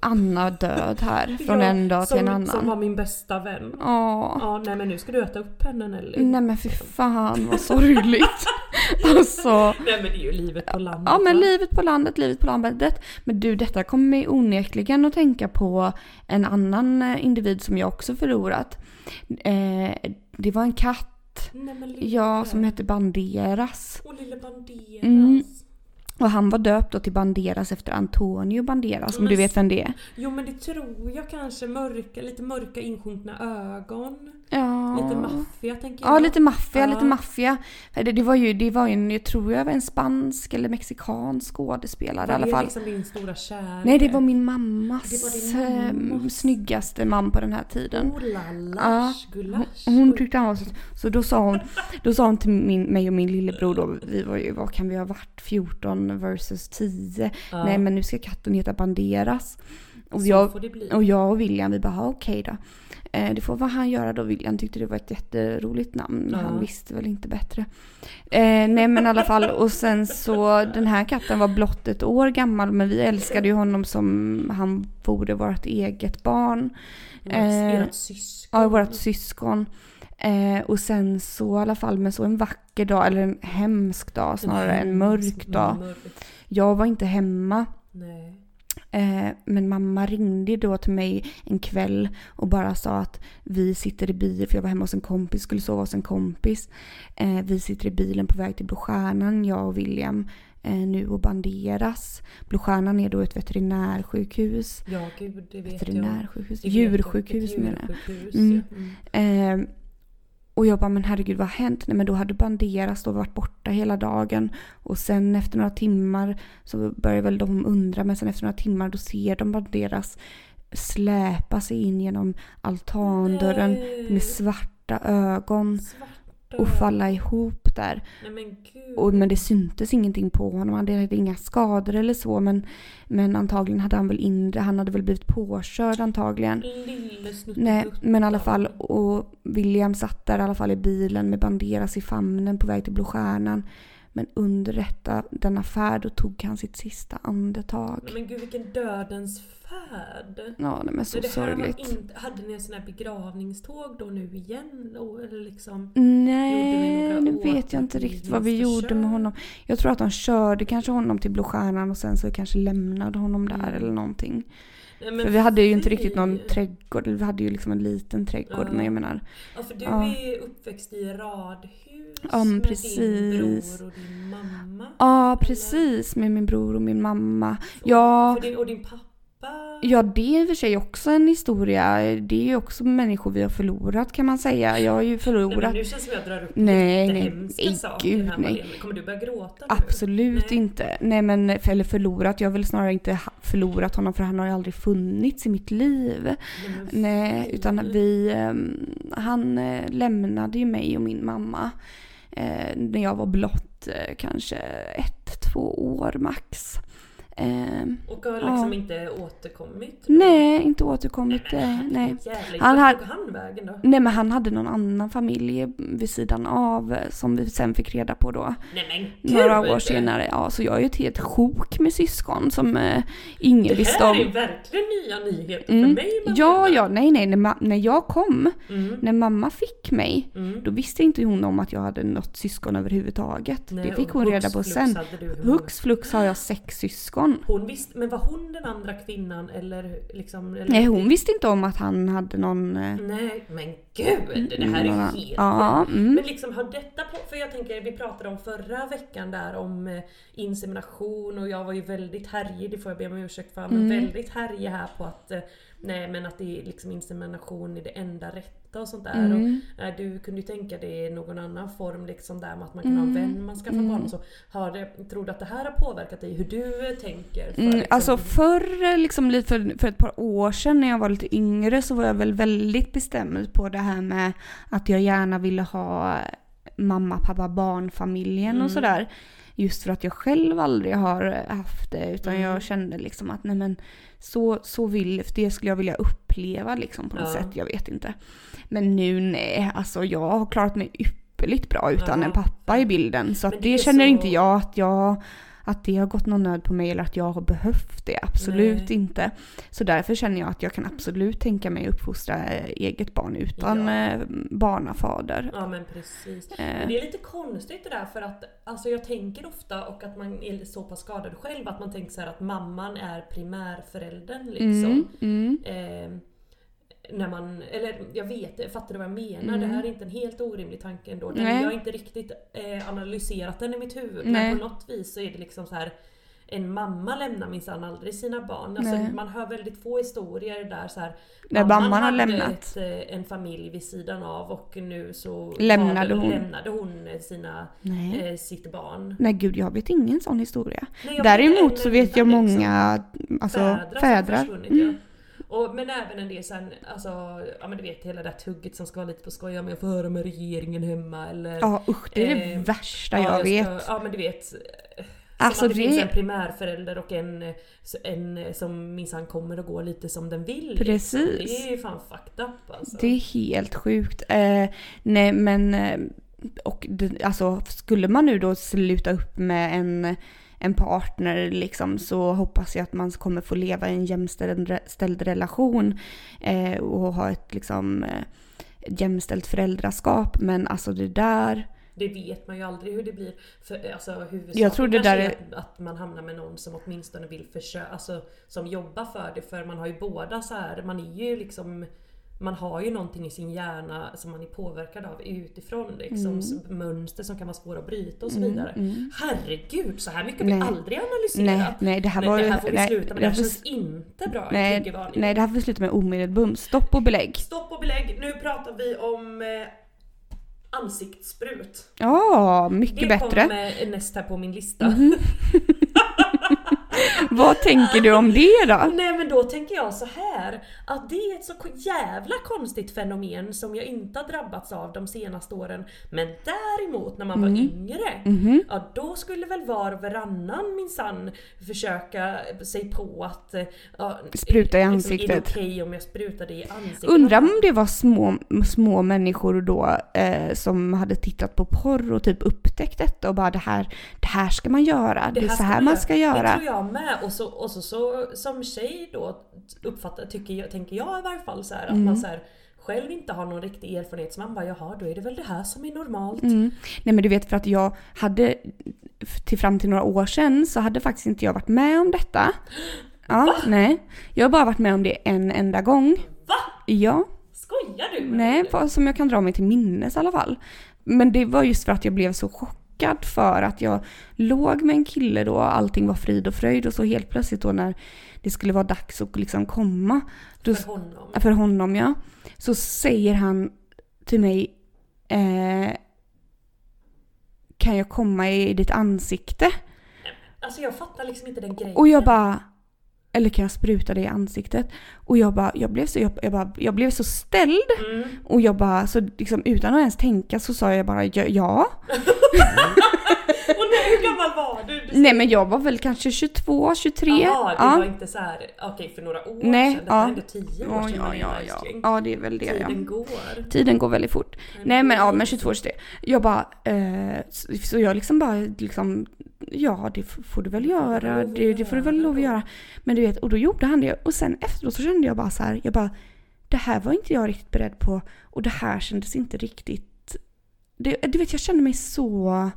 Speaker 2: Anna
Speaker 1: *laughs*
Speaker 2: död här från
Speaker 1: Ja,
Speaker 2: en dag till
Speaker 1: som,
Speaker 2: en
Speaker 1: Som var
Speaker 2: annan.
Speaker 1: min bästa vän.
Speaker 2: Ja.
Speaker 1: Ja, nej men nu ska du äta upp henne Nelly.
Speaker 2: Nej men fy fan vad sorgligt. *laughs* alltså.
Speaker 1: Nej, men det är ju livet på landet.
Speaker 2: Ja men
Speaker 1: va?
Speaker 2: livet på landet, livet på landet. Men du detta kommer mig onekligen att tänka på en annan eh, individ som jag också förlorat. Eh, det var en katt,
Speaker 1: Nej, men lille.
Speaker 2: ja som hette Banderas.
Speaker 1: Och lille Banderas.
Speaker 2: Mm. Och han var döpt då till Banderas efter Antonio Banderas om
Speaker 1: Men
Speaker 2: du
Speaker 1: s-
Speaker 2: vet vem det är.
Speaker 1: Jo men det tror jag kanske. Mörka, lite mörka insjunkna ögon.
Speaker 2: Ja.
Speaker 1: Lite maffia tänker jag.
Speaker 2: Ja, lite maffia,
Speaker 1: Ja.
Speaker 2: lite maffia. Det, det var ju, det var ju en, jag tror jag var en spansk eller mexikansk skådespelare i alla
Speaker 1: Det är
Speaker 2: fall.
Speaker 1: liksom din stora kärlek.
Speaker 2: Nej, det var min mammas,
Speaker 1: Det var din mammas.
Speaker 2: eh, snyggaste man på den här tiden.
Speaker 1: Oh lallars, gulasch.
Speaker 2: Hon tyckte han var så... Så då sa hon, då sa hon till min, mig och min lillebror då, vi var ju, vad kan vi ha varit, 14 versus 10.
Speaker 1: Ja.
Speaker 2: Nej men nu ska katten heta Banderas. Och
Speaker 1: Så
Speaker 2: jag,
Speaker 1: får det bli.
Speaker 2: och jag och William vi bara, "Ja, okej då. Eh, Det får vad han göra då. William tyckte det var ett jätteroligt namn. men
Speaker 1: Ja.
Speaker 2: Han visste väl inte bättre. Eh, nej men i alla fall och sen så den här katten var blott ett år gammal men vi älskade ju honom som han vore vårt eget barn.
Speaker 1: Ert-
Speaker 2: eh,
Speaker 1: Ert syskon.
Speaker 2: Ja, vårt syskon. Eh, och sen så i alla fall men så en vacker dag eller en hemsk dag snarare en mörk dag.
Speaker 1: Mörk.
Speaker 2: Jag var inte hemma.
Speaker 1: Nej.
Speaker 2: Eh, men mamma ringde ju då till mig en kväll och bara sa att vi sitter i bilen, för jag var hemma hos en kompis, skulle sova hos en kompis. Eh, vi sitter i bilen på väg till Blå Stjärnan, jag och William, eh, nu och banderas. Blå Stjärnan är då ett veterinärsjukhus.
Speaker 1: Ja gud det vet jag.
Speaker 2: Veterinärsjukhus?
Speaker 1: Det vet jag.
Speaker 2: Djursjukhus
Speaker 1: Ett
Speaker 2: menar jag.
Speaker 1: Djursjukhus
Speaker 2: Mm.
Speaker 1: ja. Mm.
Speaker 2: Eh, och jag bara, men herregud vad har hänt? Nej men då hade Banderas då varit borta hela dagen. Och sen efter några timmar så börjar väl de undra, men sen efter några timmar då ser de Banderas släpa sig in genom altandörren
Speaker 1: Nej.
Speaker 2: med svarta ögon
Speaker 1: Svarta.
Speaker 2: och falla ihop där.
Speaker 1: Nej men gud.
Speaker 2: Och, men det syntes ingenting på honom, han hade inga skador eller så men, men antagligen hade han väl inre, han hade väl blivit påkörd antagligen.
Speaker 1: Lille snuttegutt.
Speaker 2: Nej, men i alla fall. Och William satt där i alla fall i bilen med Banderas i famnen på väg till Blå Stjärnan. Men under detta, denna färd då tog han sitt sista andetag.
Speaker 1: Nej, Men gud vilken dödens färd.
Speaker 2: Ja, nej, men så
Speaker 1: Men det här var
Speaker 2: sorgligt.
Speaker 1: inte, hade ni en sån här begravningståg då nu igen? Och- Eller liksom? Gjorde
Speaker 2: Nej,
Speaker 1: ni några
Speaker 2: nu vet jag inte riktigt vad vi gjorde med
Speaker 1: återvinningsförsök?
Speaker 2: honom. Jag tror att de körde kanske honom till Blå Stjärnan och sen så kanske lämnade honom där
Speaker 1: Mm.
Speaker 2: eller någonting.
Speaker 1: Nej, men
Speaker 2: För vi hade ju inte
Speaker 1: fy.
Speaker 2: riktigt någon trädgård, eller vi hade ju liksom en liten trädgård.
Speaker 1: Ja.
Speaker 2: Men jag menar,
Speaker 1: Ja för du
Speaker 2: Ja.
Speaker 1: är uppväxt i radhus
Speaker 2: Ja, men
Speaker 1: med din
Speaker 2: precis.
Speaker 1: bror och din mamma.
Speaker 2: ja precis med min bror och min mamma.
Speaker 1: Och-
Speaker 2: Ja.
Speaker 1: För din, och din pappa.
Speaker 2: Ja, det är i och för sig också en historia. Det är ju också människor vi har förlorat kan man säga. Jag har ju
Speaker 1: Nej, men
Speaker 2: förlorat.
Speaker 1: nu känns det som att jag drar upp
Speaker 2: Nej, nej,
Speaker 1: jättehemska
Speaker 2: nej,
Speaker 1: saker
Speaker 2: gud
Speaker 1: här
Speaker 2: nej.
Speaker 1: Malene. Kommer du börja gråta nu?
Speaker 2: Absolut
Speaker 1: Nej.
Speaker 2: inte. Nej men, eller förlorat. Jag har väl snarare inte ha- förlorat honom för han har ju aldrig funnits i mitt liv.
Speaker 1: Nej, men
Speaker 2: Nej,
Speaker 1: fy.
Speaker 2: utan vi... ehm, Han eh, lämnade ju mig och min mamma eh, när jag var blott eh, kanske ett, två år max. Ehm,
Speaker 1: Och har liksom
Speaker 2: Ja.
Speaker 1: inte återkommit?
Speaker 2: Nej, inte återkommit. eh, Nej.
Speaker 1: Jävlar,
Speaker 2: Han
Speaker 1: han
Speaker 2: har-
Speaker 1: tog han vägen då?
Speaker 2: Nej men han hade någon annan familj vid sidan av eh, som vi sen fick reda på då.
Speaker 1: Nej men gud!
Speaker 2: Några år senare. Ja, så jag är ju ett helt sjok med syskon som eh, ingen
Speaker 1: Det
Speaker 2: visste
Speaker 1: här är
Speaker 2: om.
Speaker 1: verkligen nya nyheter
Speaker 2: Mm.
Speaker 1: för mig Malena.
Speaker 2: Ja, ja, nej, nej, när, ma- när jag kom,
Speaker 1: Mm.
Speaker 2: när mamma fick mig,
Speaker 1: Mm.
Speaker 2: då visste inte hon om att jag hade något syskon överhuvudtaget.
Speaker 1: Nej,
Speaker 2: det fick
Speaker 1: och
Speaker 2: hon
Speaker 1: hux
Speaker 2: reda på
Speaker 1: flux
Speaker 2: sen.
Speaker 1: hade du hur många-
Speaker 2: Hux flux har jag sex syskon.
Speaker 1: Hon visste, men var hon den andra kvinnan eller liksom? Eller,
Speaker 2: Nej, hon visste inte om att han hade någon... eh,
Speaker 1: Nej men gud! Det här är
Speaker 2: någon-
Speaker 1: helt
Speaker 2: Ja, mm.
Speaker 1: Men liksom har detta på, för jag tänker vi pratade om förra veckan där om eh, insemination och jag var ju väldigt härjig, det får jag be om ursäkt
Speaker 2: Mm.
Speaker 1: för, men väldigt härjig här på att eh, nej men att det är liksom insemination är det enda rätta skratta och sånt där. Och,
Speaker 2: Mm.
Speaker 1: nej, du kunde ju tänka dig någon annan form liksom där med att man kan ha en
Speaker 2: Mm.
Speaker 1: vän man skaffar
Speaker 2: Mm.
Speaker 1: barn och så. Har det, tror du att det här har påverkat dig hur du eh, tänker? För,
Speaker 2: Mm,
Speaker 1: liksom-
Speaker 2: alltså förr, liksom, lite för, för ett par år sedan när jag var lite yngre så var jag väl väldigt bestämd på det här med att jag gärna ville ha mamma, pappa, barnfamiljen
Speaker 1: Mm.
Speaker 2: och sådär. Just för att jag själv aldrig har haft det utan
Speaker 1: Mm.
Speaker 2: jag kände liksom att nej men så, så vill, för det skulle jag vilja uppleva liksom på något
Speaker 1: Ja.
Speaker 2: sätt, jag vet inte. Men nu nej, alltså jag har klarat mig ypperligt bra utan
Speaker 1: Ja.
Speaker 2: en pappa i bilden så
Speaker 1: Men
Speaker 2: att
Speaker 1: det
Speaker 2: det,
Speaker 1: är
Speaker 2: känner
Speaker 1: så-
Speaker 2: inte jag att jag att det har gått någon nöd på mig eller att jag har behövt det. Absolut
Speaker 1: Nej. Mm.
Speaker 2: inte. Så därför känner jag att jag kan absolut tänka mig att uppfostra eh, eget barn utan
Speaker 1: Ja.
Speaker 2: eh, barnafader.
Speaker 1: Ja men precis.
Speaker 2: Eh,
Speaker 1: Men det är lite konstigt det där för att alltså jag tänker ofta och att man är så pass skadad själv att man tänker så här att mamman är primärföräldern liksom.
Speaker 2: mm, mm,
Speaker 1: Eh, när man, eller jag vet, fattar du vad jag menar? Det här är inte en helt orimlig tanke ändå. Den,
Speaker 2: Mm. Nej.
Speaker 1: jag har inte riktigt eh, analyserat den i mitt huvud.
Speaker 2: Nej.
Speaker 1: Men på något vis så är det liksom så här en mamma lämnar minsann aldrig sina barn. Alltså,
Speaker 2: Nej.
Speaker 1: man hör väldigt få historier där så här,
Speaker 2: Där mamman har
Speaker 1: hade
Speaker 2: lämnat.
Speaker 1: Ett, eh, en familj vid sidan av och nu så
Speaker 2: Lämnade
Speaker 1: hade-
Speaker 2: hon.
Speaker 1: lämnade hon sina,
Speaker 2: nej.
Speaker 1: eh, sitt barn.
Speaker 2: Nej gud, jag vet ingen sån historia.
Speaker 1: Nej, jag
Speaker 2: Däremot
Speaker 1: en
Speaker 2: så vet
Speaker 1: enda,
Speaker 2: jag
Speaker 1: liksom
Speaker 2: många alltså,
Speaker 1: fädrar, som
Speaker 2: fädrar.
Speaker 1: försvunnit.
Speaker 2: Mm.
Speaker 1: Ja. Och, men även en del sen, alltså, ja men du vet hela det där tugget som ska vara lite på skoj, om jag får höra med regeringen hemma eller...
Speaker 2: Ja usch, det är det
Speaker 1: Eh,
Speaker 2: värsta
Speaker 1: ja,
Speaker 2: jag vet.
Speaker 1: Ska, ja men du vet. Som
Speaker 2: Alltså
Speaker 1: att det, finns en
Speaker 2: det,
Speaker 1: primärförälder och en, eh, s- en eh, som minsann kommer och går lite som den vill.
Speaker 2: Precis.
Speaker 1: Liksom. Det är ju fan fucked up alltså.
Speaker 2: det är helt sjukt. Eh, nej men, eh, och det, alltså skulle man nu då sluta upp med en, en partner liksom så hoppas jag att man kommer få leva i en jämställd re- ställd relation eh, och ha ett liksom eh, ett jämställt föräldraskap. Men alltså det där,
Speaker 1: Det vet man ju aldrig hur det blir. För, alltså, huvudsaken
Speaker 2: Jag tror det
Speaker 1: kanske
Speaker 2: där
Speaker 1: är att, att man hamnar med någon som åtminstone vill försöka, alltså som jobbar för det. För man har ju båda så här, man är ju liksom man har ju någonting i sin hjärna som man är påverkad av utifrån. Liksom,
Speaker 2: Mm.
Speaker 1: s- Mönster som kan vara svåra att bryta och så vidare. Herregud, så här mycket har vi
Speaker 2: Nej.
Speaker 1: aldrig analyserat.
Speaker 2: nej, nej det här
Speaker 1: Nej,
Speaker 2: var
Speaker 1: det här får vi
Speaker 2: nej,
Speaker 1: sluta med.
Speaker 2: det
Speaker 1: Det här
Speaker 2: här får-
Speaker 1: känns inte bra.
Speaker 2: nej,
Speaker 1: Nej,
Speaker 2: nej det här får vi sluta med omedelbums. Stopp och belägg.
Speaker 1: Stopp och belägg. Nu pratar vi om eh, ansiktssprut.
Speaker 2: Ja, mycket
Speaker 1: det
Speaker 2: bättre. Mhm.
Speaker 1: kommer eh, näst här på min lista.
Speaker 2: Vad tänker du om
Speaker 1: *laughs*
Speaker 2: det då?
Speaker 1: *laughs* Nej men då tänker jag så här att det är ett så ko- jävla konstigt fenomen som jag inte har drabbats av de senaste åren. Men däremot när man
Speaker 2: Mm.
Speaker 1: var yngre,
Speaker 2: Mhm.
Speaker 1: ja då skulle väl var och varannan minsann försöka sig på att... eh, Ja, liksom,
Speaker 2: Spruta i
Speaker 1: Är det
Speaker 2: ansiktet.
Speaker 1: okej om jag sprutar dig i ansiktet?
Speaker 2: Undrar om det var små, små människor då eh, som hade tittat på porr och typ upptäckt detta och bara det här, det här ska man göra, det, är så
Speaker 1: ska
Speaker 2: här man ska
Speaker 1: Det
Speaker 2: göra.
Speaker 1: tror jag med. Och så, och så, så som tjej då uppfattar, tycker jag, tänker jag i varje fall så här, att
Speaker 2: Mm.
Speaker 1: man så här, själv inte har någon riktig erfarenhet så man bara jaha då är det väl det här som är normalt.
Speaker 2: Mm. Nej men du vet för att jag hade, till fram till några år sedan så hade faktiskt inte jag varit med om detta. Ja, nej. Jag har bara varit med om det en enda gång.
Speaker 1: Va?
Speaker 2: Ja.
Speaker 1: Skojar du? med
Speaker 2: Nej,
Speaker 1: mig?
Speaker 2: vad som jag kan dra mig till minnes i alla fall. Men det var just för att jag blev så chockad för att jag låg med en kille då och allting var frid och fröjd och så helt plötsligt då när det skulle vara dags att liksom komma då,
Speaker 1: För honom.
Speaker 2: för honom ja, så säger han till mig eh, kan jag komma i ditt ansikte?
Speaker 1: Alltså jag fattar liksom inte den grejen.
Speaker 2: Och jag bara eller kan jag spruta dig i ansiktet? Och jag bara, jag blev så, jag, jag bara, jag blev så ställd
Speaker 1: Mm.
Speaker 2: Och jag bara, så liksom, utan att ens tänka så sa jag bara ja. ja.
Speaker 1: Och nej, hur gammal var du?
Speaker 2: *laughs*
Speaker 1: du
Speaker 2: Nej men jag var väl kanske 22, 23.
Speaker 1: Jaha, det
Speaker 2: ja.
Speaker 1: var inte så här. okej för några år
Speaker 2: Nej,
Speaker 1: sedan. Det
Speaker 2: ja.
Speaker 1: var ändå tio år
Speaker 2: ja,
Speaker 1: sedan.
Speaker 2: ja,
Speaker 1: man är
Speaker 2: ja,
Speaker 1: en
Speaker 2: ja.
Speaker 1: älskling.
Speaker 2: ja, det är väl det ja.
Speaker 1: Tiden går.
Speaker 2: Tiden går väldigt fort. Nej men ja, men 22, 23. Jag bara, eh, så, så jag liksom bara liksom, ja det f- får du väl göra, det, det får du väl lov att göra. Men du vet, och då gjorde han det och sen efteråt så kände jag bara så här, jag bara, det här var inte jag riktigt beredd på och det här kändes inte riktigt, det, du vet jag kände mig så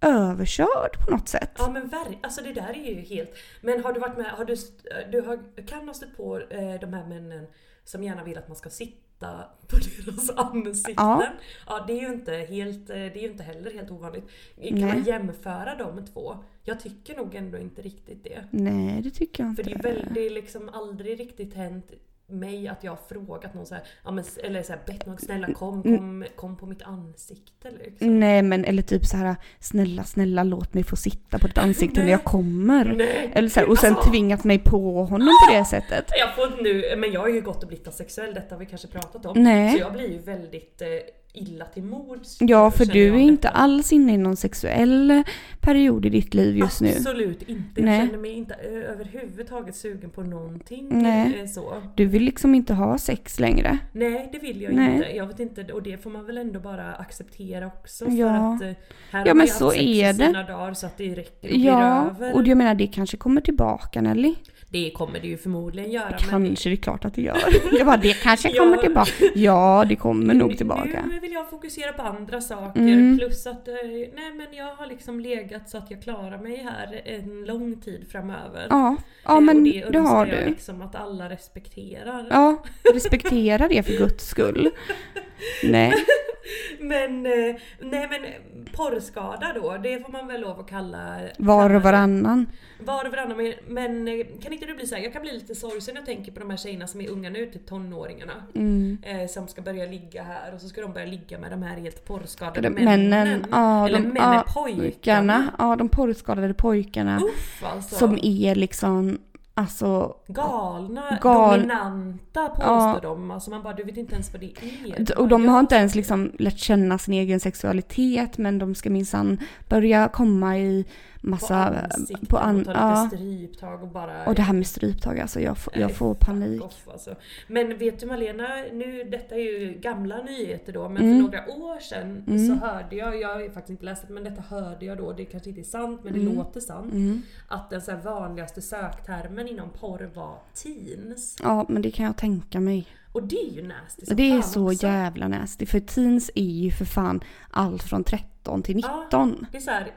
Speaker 2: överkörd på något sätt.
Speaker 1: Ja men verkligen, alltså det där är ju helt... Men har du varit med, har du, st- du har, kan ha stött på eh, de här männen som gärna vill att man ska sitta på *laughs* deras ansikten?
Speaker 2: Ja.
Speaker 1: ja det är ju inte helt, eh, det är ju inte heller helt ovanligt. Kan man
Speaker 2: Nej.
Speaker 1: jämföra de två? Jag tycker nog ändå inte riktigt det.
Speaker 2: Nej, det tycker jag
Speaker 1: För
Speaker 2: inte.
Speaker 1: det är väl, det är liksom aldrig riktigt hänt mig att jag har frågat någon så här, ja, men, s- eller så här, bett någon snälla kom,
Speaker 2: Mm.
Speaker 1: kom, kom på mitt ansikte liksom.
Speaker 2: Nej men eller typ så här snälla snälla låt mig få sitta på ditt ansikte när jag kommer.
Speaker 1: Nej.
Speaker 2: Eller så här, och sen
Speaker 1: Alltså.
Speaker 2: tvingat mig på honom på det sättet.
Speaker 1: Jag får nu, men jag har ju gått och blivit asexuell, detta har vi kanske pratat om.
Speaker 2: Nej.
Speaker 1: Så jag blir ju väldigt eh, illa till mods.
Speaker 2: Ja för
Speaker 1: känner
Speaker 2: du
Speaker 1: jag
Speaker 2: är
Speaker 1: detta.
Speaker 2: inte alls inne i någon sexuell period i ditt liv just nu.
Speaker 1: Absolut inte.
Speaker 2: Nej.
Speaker 1: Jag känner mig inte ö- överhuvudtaget sugen på någonting.
Speaker 2: Nej.
Speaker 1: eh, Så.
Speaker 2: Du vill liksom inte ha sex längre.
Speaker 1: Nej, det vill jag
Speaker 2: Nej.
Speaker 1: inte. Jag vet inte. Och det får man väl ändå bara acceptera också. För
Speaker 2: Ja.
Speaker 1: att eh, här
Speaker 2: Ja,
Speaker 1: har
Speaker 2: men
Speaker 1: vi
Speaker 2: så
Speaker 1: haft sex i
Speaker 2: är det.
Speaker 1: sina dagar så att det räcker och
Speaker 2: Ja,
Speaker 1: blir över.
Speaker 2: och jag menar det kanske kommer tillbaka Nelly.
Speaker 1: Det kommer det ju förmodligen göra. men
Speaker 2: Kanske, det är klart att det gör. *laughs* Jag bara, det kanske
Speaker 1: Ja.
Speaker 2: kommer tillbaka. Ja, det kommer nog tillbaka.
Speaker 1: Nu vill jag fokusera på andra saker.
Speaker 2: Mm.
Speaker 1: Plus att eh, nej, men jag har liksom legat så att jag klarar mig här en lång tid framöver.
Speaker 2: Ja,
Speaker 1: Eh,
Speaker 2: ja
Speaker 1: och
Speaker 2: men
Speaker 1: det
Speaker 2: det
Speaker 1: önskar
Speaker 2: har
Speaker 1: jag
Speaker 2: du.
Speaker 1: liksom att alla respekterar.
Speaker 2: Ja, respektera det för
Speaker 1: *laughs*
Speaker 2: guds skull. Nej,
Speaker 1: Men, eh, nej men porrskada då, det får man väl lov att kalla
Speaker 2: var
Speaker 1: kalla
Speaker 2: och
Speaker 1: det.
Speaker 2: varannan.
Speaker 1: Var och varannan. Men, men eh, kan inte du bli såhär, jag kan bli lite sorgsen när jag tänker på de här tjejerna som är unga nu, typ tonåringarna.
Speaker 2: Mm.
Speaker 1: Eh, som ska börja ligga här och så ska de börja ligga med de här helt porrskadade
Speaker 2: De, männen, ja,
Speaker 1: Eller
Speaker 2: de,
Speaker 1: männen,
Speaker 2: ja,
Speaker 1: pojkarna.
Speaker 2: Ja, de porrskadade pojkarna.
Speaker 1: Uff alltså.
Speaker 2: Som är liksom, alltså
Speaker 1: Galna,
Speaker 2: Gal-
Speaker 1: dominanta påstår
Speaker 2: Ja.
Speaker 1: de. Alltså man bara, du vet inte ens vad det är.
Speaker 2: D- Och de har inte ens liksom lärt känna sin egen sexualitet men de ska minsann börja komma i
Speaker 1: på
Speaker 2: massa... eh,
Speaker 1: ansiktet
Speaker 2: På
Speaker 1: och
Speaker 2: an,
Speaker 1: ta
Speaker 2: ja.
Speaker 1: lite stryptag och bara...
Speaker 2: Och det här med stryptag alltså, jag får, jag
Speaker 1: Nej,
Speaker 2: får
Speaker 1: fuck
Speaker 2: panik.
Speaker 1: off, alltså. Men vet du Malena, nu, detta är ju gamla nyheter då, men
Speaker 2: Mm.
Speaker 1: för några år sedan så hörde jag, jag har ju faktiskt inte läst det, men detta hörde jag då, det kanske inte är sant men det låter sant.
Speaker 2: Mm.
Speaker 1: Att den så här vanligaste söktermen inom porr var teens.
Speaker 2: Ja men det kan jag tänka mig.
Speaker 1: Och det är ju nasty som
Speaker 2: Det är
Speaker 1: fan
Speaker 2: så
Speaker 1: också.
Speaker 2: jävla nasty för teens är ju för fan allt från 13 till
Speaker 1: Ja.
Speaker 2: 19.
Speaker 1: Det är så här,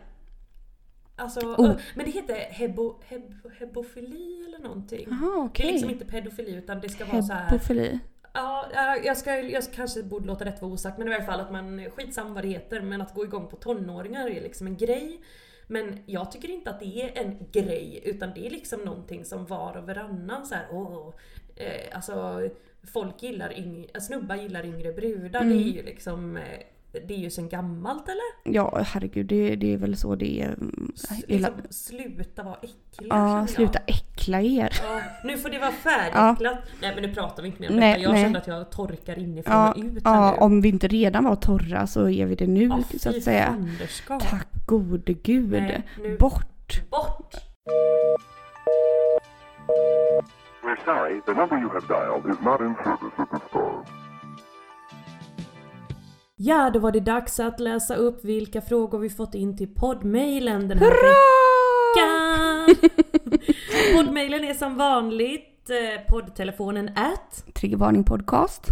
Speaker 1: Alltså,
Speaker 2: Oh.
Speaker 1: men det heter hebo, hebo, hebofili eller någonting.
Speaker 2: Jaha
Speaker 1: Det är
Speaker 2: okej.
Speaker 1: liksom inte pedofili utan det ska vara så här.
Speaker 2: Hebofili.
Speaker 1: Ja, ja, jag, ska, jag kanske borde låta rätt vara osagt men i alla fall att man, skitsam vad det heter, men att gå igång på tonåringar är liksom en grej. Men jag tycker inte att det är en grej utan det är liksom någonting som var och varannan så här, åh, eh, alltså folk gillar yngre, snubbar gillar yngre brudar,
Speaker 2: Mm.
Speaker 1: det är ju liksom eh, det är ju sen gammalt eller?
Speaker 2: Ja herregud det, det är väl så det är. mm,
Speaker 1: S-
Speaker 2: hela-
Speaker 1: liksom, sluta vara äckliga känner
Speaker 2: Ja
Speaker 1: jag.
Speaker 2: sluta äckla er.
Speaker 1: Ja, nu får det vara färdigäcklat. Nej men nu pratar vi inte mer om
Speaker 2: Nej,
Speaker 1: detta. Jag
Speaker 2: nej.
Speaker 1: kände att jag torkar inifrån
Speaker 2: Ja,
Speaker 1: och ut här
Speaker 2: ja
Speaker 1: nu.
Speaker 2: om vi inte redan var torra så är vi det nu
Speaker 1: Ja,
Speaker 2: så
Speaker 1: fy
Speaker 2: att säga.
Speaker 1: Fanderskap.
Speaker 2: Tack gode gud.
Speaker 1: Nej, nu-
Speaker 2: Bort.
Speaker 1: Bort!
Speaker 4: We're sorry, the number you have dialed is not in service at this time.
Speaker 1: Ja, då var det dags att läsa upp vilka frågor vi fått in till poddmailen den här veckan.
Speaker 2: *laughs*
Speaker 1: poddmailen är som vanligt eh, poddtelefonen at
Speaker 2: Triggervarning podcast.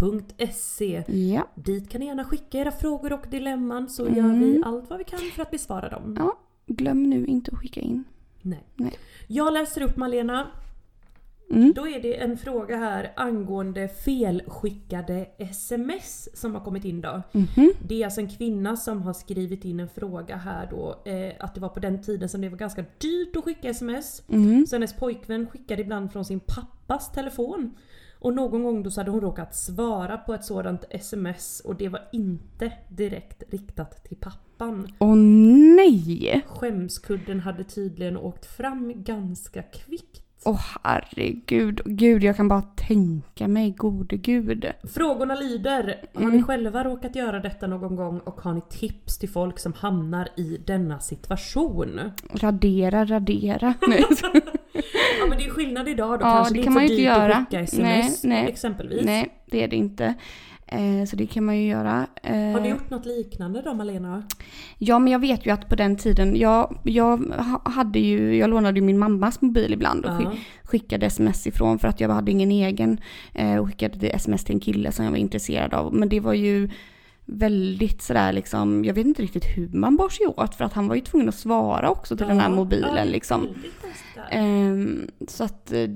Speaker 1: .se.
Speaker 2: Ja.
Speaker 1: Dit kan ni gärna skicka era frågor och dilemman så gör
Speaker 2: Mm.
Speaker 1: vi allt vad vi kan för att besvara dem.
Speaker 2: ja. Glöm nu inte att skicka in.
Speaker 1: Nej.
Speaker 2: Nej.
Speaker 1: Jag läser upp Malena.
Speaker 2: Mm.
Speaker 1: Då är det en fråga här angående felskickade sms som har kommit in då.
Speaker 2: Mhm.
Speaker 1: Det är alltså en kvinna som har skrivit in en fråga här då. Eh, att det var på den tiden som det var ganska dyrt att skicka sms.
Speaker 2: Mhm.
Speaker 1: Så hennes pojkvän skickade ibland från sin pappas telefon. Och någon gång då så hade hon råkat svara på ett sådant sms och det var inte direkt riktat till pappan.
Speaker 2: Åh nej!
Speaker 1: Skämskudden hade tydligen åkt fram ganska kvickt.
Speaker 2: Åh herregud. Gud jag kan bara tänka mig gode gud.
Speaker 1: Frågorna lyder, har
Speaker 2: Mm.
Speaker 1: ni själva råkat göra detta någon gång och har ni tips till folk som hamnar i denna situation? *laughs*
Speaker 2: Radera, radera. Nej, jag skojar.
Speaker 1: Ja men det är skillnad idag då
Speaker 2: Ja,
Speaker 1: kanske
Speaker 2: det
Speaker 1: det,
Speaker 2: kan man
Speaker 1: är
Speaker 2: ju
Speaker 1: inte så
Speaker 2: inte
Speaker 1: dyrt
Speaker 2: göra.
Speaker 1: att skicka sms
Speaker 2: Nej, nej.
Speaker 1: exempelvis.
Speaker 2: nej det är det inte. Eh, så det kan man ju göra. Eh,
Speaker 1: Har du gjort något liknande då Malena?
Speaker 2: Ja men jag vet ju att på den tiden, jag, jag ha- hade ju, jag lånade ju min mammas mobil ibland och skick-
Speaker 1: Ja.
Speaker 2: skickade sms ifrån för att jag hade ingen egen. Eh, och skickade det sms till en kille som jag var intresserad av. Men det var ju väldigt sådär liksom, jag vet inte riktigt hur man bar sig åt för att han var ju tvungen att svara också till den här
Speaker 1: Ja.
Speaker 2: mobilen
Speaker 1: Ja, det är
Speaker 2: liksom.
Speaker 1: väldigt konstigt.
Speaker 2: Ehm, så att eh,